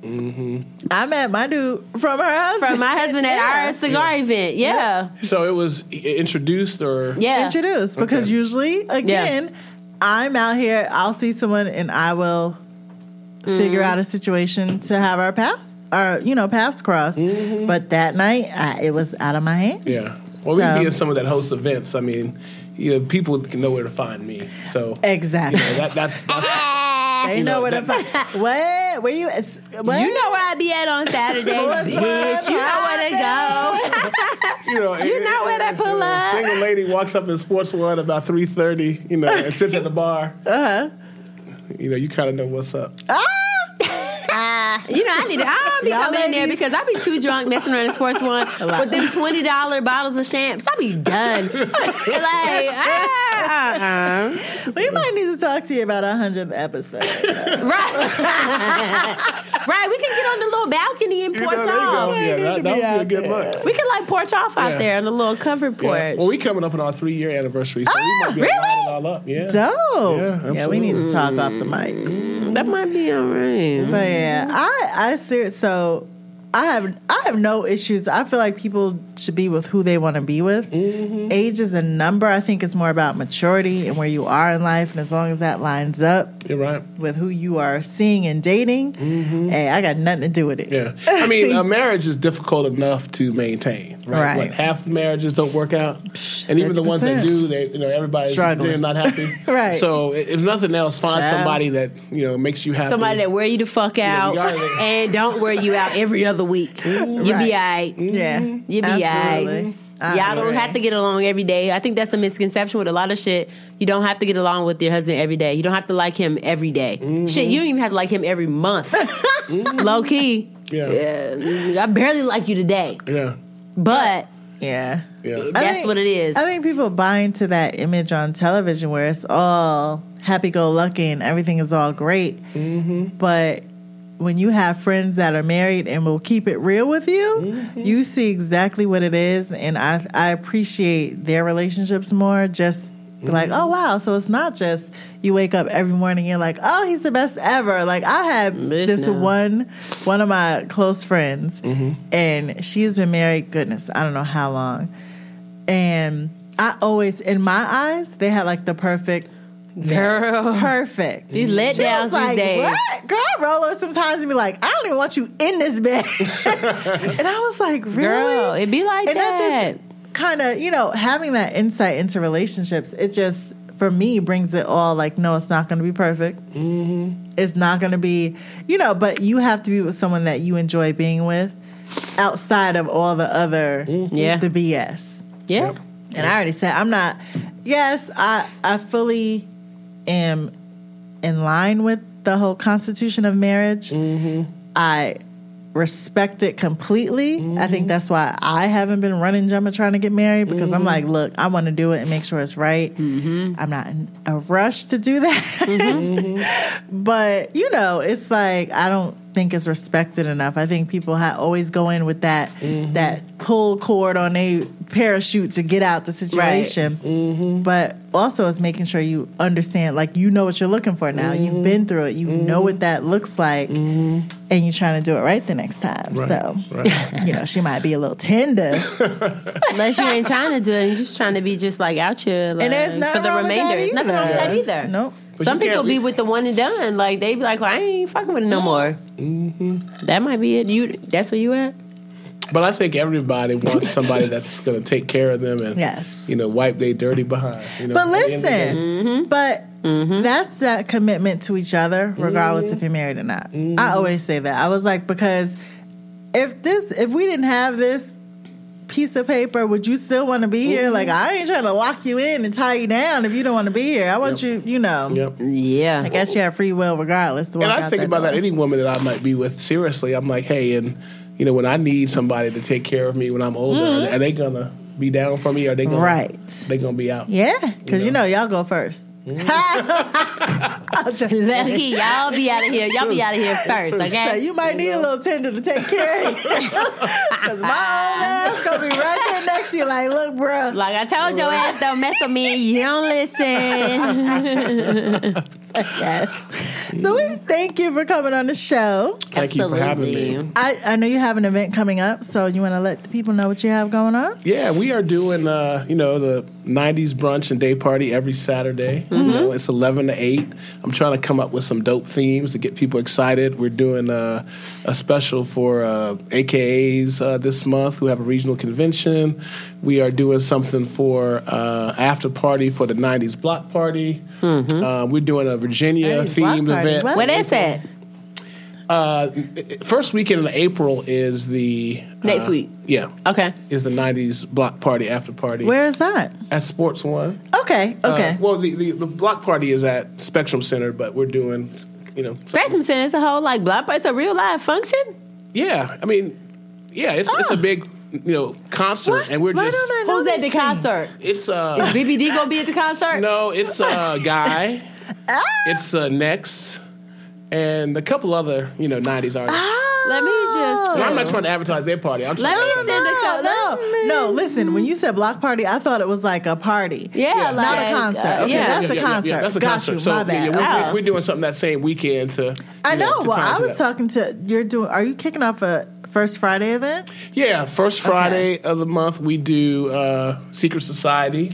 Speaker 2: I met my dude from her husband.
Speaker 3: From my husband at our cigar event. Yeah.
Speaker 4: So it was i- introduced or
Speaker 3: Yeah.
Speaker 2: introduced because
Speaker 4: Okay.
Speaker 2: usually again i'm out here i'll see someone and i will figure out a situation to have our paths our you know paths cross but that night I, it was out of my hand
Speaker 4: Yeah. Well, we
Speaker 2: So-
Speaker 4: did some of that host events. I mean, you know, people can know where to find me. So
Speaker 2: exactly
Speaker 4: yeah, that, that's that's
Speaker 2: they know where to find what were you it's- what?
Speaker 3: You know where I be at on Saturday,
Speaker 2: What's
Speaker 3: bitch. You know where to go.
Speaker 4: you know you
Speaker 3: know where they pull up.
Speaker 4: Single lady walks up in sports world about three thirty. You know, and sits at the bar. Uh huh. You know, you kind of know what's up.
Speaker 3: You know, I need to, I don't be
Speaker 2: Y'all
Speaker 3: coming in there
Speaker 2: ladies-
Speaker 3: because I be too drunk messing around in sports one with them twenty dollar bottles of champs. I be done. like ah, uh-uh.
Speaker 2: we might need to talk to you about our 100th episode
Speaker 3: right, right. We can get on the little balcony and
Speaker 4: You
Speaker 3: porch
Speaker 4: know, there you go.
Speaker 3: off.
Speaker 4: Yeah, that,
Speaker 2: be
Speaker 4: that would
Speaker 2: out
Speaker 4: be a good
Speaker 2: there.
Speaker 4: look.
Speaker 3: We can like porch off out
Speaker 4: Yeah.
Speaker 3: there on the little covered
Speaker 4: Yeah.
Speaker 3: porch.
Speaker 4: Well, we coming up on our three year anniversary, so we might be able to line it all up. Yeah.
Speaker 2: dope
Speaker 4: Yeah,
Speaker 2: yeah we need to talk off the mic
Speaker 3: that might be all right.
Speaker 2: But yeah, I I ser- so I have I have no issues. I feel like people should be with who they want to be with. Age is a number. I think it's more about maturity and where you are in life. And as long as that lines up
Speaker 4: You're right.
Speaker 2: with who you are seeing and dating, hey, I got nothing to do with it.
Speaker 4: Yeah. I mean, a marriage is difficult enough to maintain, right?
Speaker 2: Right.
Speaker 4: Like half the marriages don't work out, and even the ones that
Speaker 2: 50%.
Speaker 4: do, they you know everybody's
Speaker 2: Struggling.
Speaker 4: they're not happy.
Speaker 2: Right.
Speaker 4: So i- if nothing else, find
Speaker 2: Child.
Speaker 4: somebody that you know makes you happy.
Speaker 3: Somebody that wear you the fuck out
Speaker 4: regardless.
Speaker 3: and don't wear you out every other week. You be all right.
Speaker 2: Yeah,
Speaker 3: You Mm-hmm. be all right.
Speaker 2: Absolutely. I
Speaker 3: Y'all don't
Speaker 2: agree.
Speaker 3: have to get along every day. I think that's a misconception with a lot of shit. You don't have to get along with your husband every day. You don't have to like him every day.
Speaker 2: Mm-hmm.
Speaker 3: Shit, you don't even have to like him every month. Low key.
Speaker 4: Yeah.
Speaker 3: Yeah, I barely like you today.
Speaker 4: Yeah.
Speaker 3: But
Speaker 2: Yeah.
Speaker 4: Yeah.
Speaker 2: I
Speaker 3: That's what it is.
Speaker 2: I think people buy into that image on television where it's all happy go lucky and everything is all great. But when you have friends that are married and will keep it real with you, you see exactly what it is. And I, I appreciate their relationships more. Just be like, oh, wow. So it's not just you wake up every morning and you're like, oh, he's the best ever. Like, I had
Speaker 3: Bitch,
Speaker 2: this
Speaker 3: no.
Speaker 2: one one of my close friends and she's been married goodness i don't know how long and i always in my eyes they had like the perfect
Speaker 3: girl,
Speaker 2: perfect
Speaker 3: these letdowns
Speaker 2: was like,
Speaker 3: these days.
Speaker 2: what? Girl, I roll over sometimes and be like, I don't even want you in this bed. and I was like, really?
Speaker 3: Girl, it be like
Speaker 2: and
Speaker 3: that.
Speaker 2: I just kind of, you know, having that insight into relationships, it just, for me, brings it all like, no, it's not going to be perfect. Mm-hmm. It's not going to be, you know, but you have to be with someone that you enjoy being with outside of all the other,
Speaker 3: Mm-hmm. Yeah.
Speaker 2: the BS.
Speaker 3: yeah.
Speaker 2: And I already said I'm not. Yes, I I fully am in line with the whole constitution of marriage. I respect it completely. I think that's why I haven't been running jumping trying to get married because I'm like, look, I want to do it and make sure it's right. I'm not in a rush to do that. But you know, it's like I don't think it's respected enough. I think people ha- always go in with that that pull cord on a parachute to get out the situation. But also, it's making sure you understand, like you know what you're looking for now. You've been through it. You know what that looks like, and you're trying to do it right the next time.
Speaker 4: Right.
Speaker 2: So.
Speaker 4: Right.
Speaker 2: You know, she might be a little tender,
Speaker 3: Unless you ain't trying to do it, you're just trying to be just like out here like,
Speaker 2: and there's nothing
Speaker 3: for the
Speaker 2: wrong with that
Speaker 3: remainder. There's
Speaker 2: either.
Speaker 3: nothing wrong with that either.
Speaker 2: Nope.
Speaker 4: But
Speaker 3: Some
Speaker 4: you can't
Speaker 3: people be
Speaker 4: leave-
Speaker 3: with the one and done. Like they be like, well, I ain't fucking with it no more.
Speaker 4: Mm-hmm.
Speaker 3: That might be it. You that's where you at?
Speaker 4: But I think everybody wants somebody that's going to take care of them and
Speaker 2: Yes.
Speaker 4: you know wipe their dirty behind. You know,
Speaker 2: But
Speaker 4: at the end of the
Speaker 2: listen,
Speaker 4: day.
Speaker 2: but that's that commitment to each other,
Speaker 4: Mm-hmm.
Speaker 2: regardless if you're married or not. I always say that. I was like, because if this, if we didn't have this piece of paper, would you still want to be
Speaker 4: Mm-hmm.
Speaker 2: here? Like, I ain't trying to lock you in and tie you down if you don't want to be here. I want you, you know.
Speaker 4: Yep.
Speaker 3: Yeah.
Speaker 2: I guess you have free will regardless. to
Speaker 4: and
Speaker 2: walk
Speaker 4: I
Speaker 2: out
Speaker 4: think about
Speaker 2: door.
Speaker 4: that any woman that I might be with seriously. I'm like, hey, and you know, when I need somebody to take care of me when I'm older, are, they gonna be down for me? Are they gonna
Speaker 2: Mm-hmm. Right.
Speaker 4: They gonna be out?
Speaker 2: Yeah, because
Speaker 4: You Mm-hmm.
Speaker 2: you know y'all go first. I'll just
Speaker 3: Let's
Speaker 2: say.
Speaker 3: get y'all be out of here. Y'all be out of here first,
Speaker 2: So
Speaker 3: okay?
Speaker 2: you might need a little tender to take care of you. Because my old ass going to be right there next to you like, look, bruh.
Speaker 3: Like I told your ass, don't mess with me. You don't listen.
Speaker 2: yes. So we thank you for coming on the show.
Speaker 4: Thank you for having me.
Speaker 3: Absolutely.
Speaker 2: I, I know you have an event coming up, so you want to let the people know what you have going on?
Speaker 4: Yeah, we are doing uh, you know the '90s brunch and day party every Saturday.
Speaker 2: Mm-hmm.
Speaker 4: You know, it's eleven to eight. I'm trying to come up with some dope themes to get people excited. We're doing uh, a special for uh, AKAs uh, this month who have a regional convention. We are doing something for uh, after party for the '90s block party. Uh, we're doing a Virginia
Speaker 2: 90s Mm-hmm. block
Speaker 4: themed
Speaker 2: party,
Speaker 4: event.
Speaker 2: what?
Speaker 3: What is that?
Speaker 4: First weekend in April is the
Speaker 3: Next
Speaker 4: uh,
Speaker 3: week.
Speaker 4: Yeah,
Speaker 3: Okay.
Speaker 4: is the '90s block party after party
Speaker 2: Where is that?
Speaker 4: at Sports One.
Speaker 2: Okay, okay.
Speaker 4: Uh, well, the, the the block party is at Spectrum Center, but we're doing, you know,
Speaker 3: Spectrum Center is a whole like block party. It's a real live function.
Speaker 4: yeah. I mean, yeah, it's it's a big you know concert,
Speaker 2: Oh. What?
Speaker 4: and we're
Speaker 2: Why
Speaker 4: just
Speaker 2: don't I know
Speaker 3: Who's at
Speaker 2: these
Speaker 3: the
Speaker 2: things?
Speaker 3: concert?
Speaker 4: it's uh
Speaker 3: BBD gonna be at the concert?
Speaker 4: no, it's uh guy,
Speaker 2: Ah!
Speaker 4: it's uh next, and a couple other you know '90s artists.
Speaker 3: Let me
Speaker 2: Oh.
Speaker 3: just.
Speaker 4: And I'm not trying to advertise their party. I'm
Speaker 3: Let
Speaker 4: trying
Speaker 3: me
Speaker 4: to
Speaker 3: send a
Speaker 2: No,
Speaker 3: couple.
Speaker 2: no, no. Listen, when you said block party, I thought it was like a party.
Speaker 3: Yeah,
Speaker 4: Yeah.
Speaker 3: like,
Speaker 4: Not
Speaker 2: a concert.
Speaker 3: uh,
Speaker 2: Okay,
Speaker 3: yeah.
Speaker 2: that's a concert.
Speaker 4: that's a
Speaker 2: Got
Speaker 4: concert.
Speaker 2: you,
Speaker 4: so
Speaker 2: my bad.
Speaker 4: Yeah, we're-
Speaker 3: Oh.
Speaker 4: we're, we're doing something that same weekend to.
Speaker 2: I
Speaker 4: you
Speaker 2: know.
Speaker 4: to
Speaker 2: well,
Speaker 4: time
Speaker 2: I
Speaker 4: for
Speaker 2: was
Speaker 4: that.
Speaker 2: talking to you're doing. Are you kicking off a first Friday event?
Speaker 4: Yeah, first Friday of the month we do uh, Secret Society,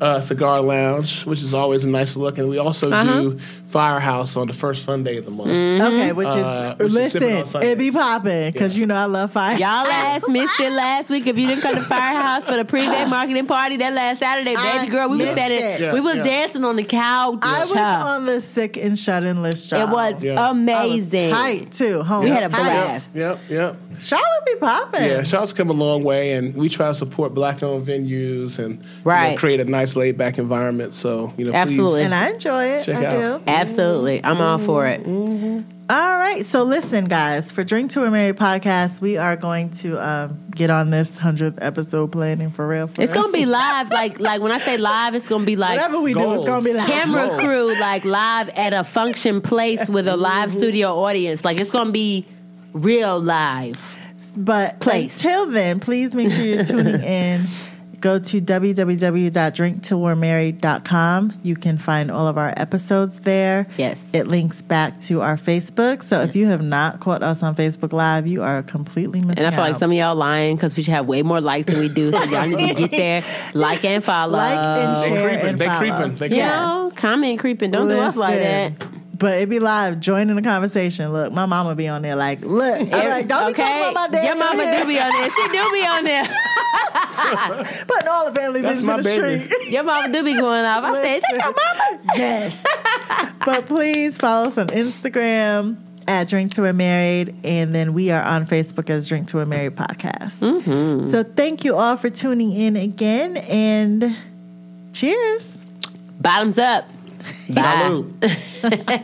Speaker 4: uh, Cigar Lounge, which is always a nice look, and we also
Speaker 3: Uh-huh.
Speaker 4: do Firehouse on the first Sunday of the month.
Speaker 3: Mm, Mm-hmm.
Speaker 2: Okay, which is
Speaker 4: Uh, which is sipping on
Speaker 2: listen,
Speaker 4: Sundays.
Speaker 2: it be popping because you know I love fire.
Speaker 3: Y'all ass missed it last week. If you didn't come to Firehouse for the pre-day marketing party that last Saturday,
Speaker 2: I
Speaker 3: baby girl, we was
Speaker 2: missed
Speaker 3: standing,
Speaker 2: it.
Speaker 4: Yeah,
Speaker 3: we was
Speaker 4: yeah.
Speaker 3: dancing on the couch.
Speaker 2: I was
Speaker 3: child.
Speaker 2: on the sick and shut in list. Y'all.
Speaker 3: It was
Speaker 4: Yeah. I was
Speaker 2: I was
Speaker 3: amazing.
Speaker 2: tight too. Home.
Speaker 3: We had a
Speaker 2: tight.
Speaker 3: blast.
Speaker 4: Yep, yep.
Speaker 2: Charlotte be popping.
Speaker 4: Yeah, shout's come a long way, and we try to support black-owned venues and you know,
Speaker 3: Right.
Speaker 4: create a nice, laid-back environment. So you know,
Speaker 3: Absolutely.
Speaker 4: please.
Speaker 2: And I enjoy it.
Speaker 4: Check
Speaker 2: I
Speaker 4: out.
Speaker 2: do.
Speaker 3: Absolutely, I'm all for it.
Speaker 2: Mm-hmm. All right. So listen, guys, for Drink to a Mary podcast, we are going to um, get on this hundredth episode planning for real. For
Speaker 3: It's
Speaker 2: real.
Speaker 3: gonna be live. Like like when I say live, it's gonna be like
Speaker 2: whatever we do, it's
Speaker 4: Goals.
Speaker 2: gonna be like
Speaker 3: camera
Speaker 4: Goals.
Speaker 3: crew, like live at a function place with a live
Speaker 2: Mm-hmm.
Speaker 3: studio audience. Like it's gonna be real live.
Speaker 2: But
Speaker 3: Place.
Speaker 2: until then, please make sure you're tuning in. Go to www.drinktillwe'remarried.com. You can find all of our episodes there.
Speaker 3: Yes.
Speaker 2: It links back to our Facebook. So if you have not caught us on Facebook Live, you are completely missing
Speaker 3: And I feel like
Speaker 2: out.
Speaker 3: some of y'all lying because we should have way more likes than we do. So y'all need to get there, like and follow,
Speaker 2: like and
Speaker 4: They
Speaker 2: share
Speaker 4: creeping,
Speaker 2: and
Speaker 4: they
Speaker 2: follow.
Speaker 4: creeping, they
Speaker 3: You
Speaker 4: Yes.
Speaker 3: know, comment creeping. Don't do us like that.
Speaker 2: Listen, But it be live. Join in the conversation. Look, my mama be on there. Like, look, I'm like, don't be talking about my dad.
Speaker 3: Your
Speaker 2: on
Speaker 3: mama
Speaker 2: here.
Speaker 3: do be on there. She do be on there.
Speaker 2: putting all the family
Speaker 4: That's
Speaker 2: business
Speaker 4: my
Speaker 2: in the
Speaker 4: baby.
Speaker 2: street.
Speaker 3: Your mama do be going off. I said, is that your mama?
Speaker 2: Yes. but please follow us on Instagram at Drink to a Married, and then we are on Facebook as Drink to a Married Podcast. So thank you all for tuning in again, and cheers.
Speaker 3: Bottoms up. Bye.
Speaker 4: Salute.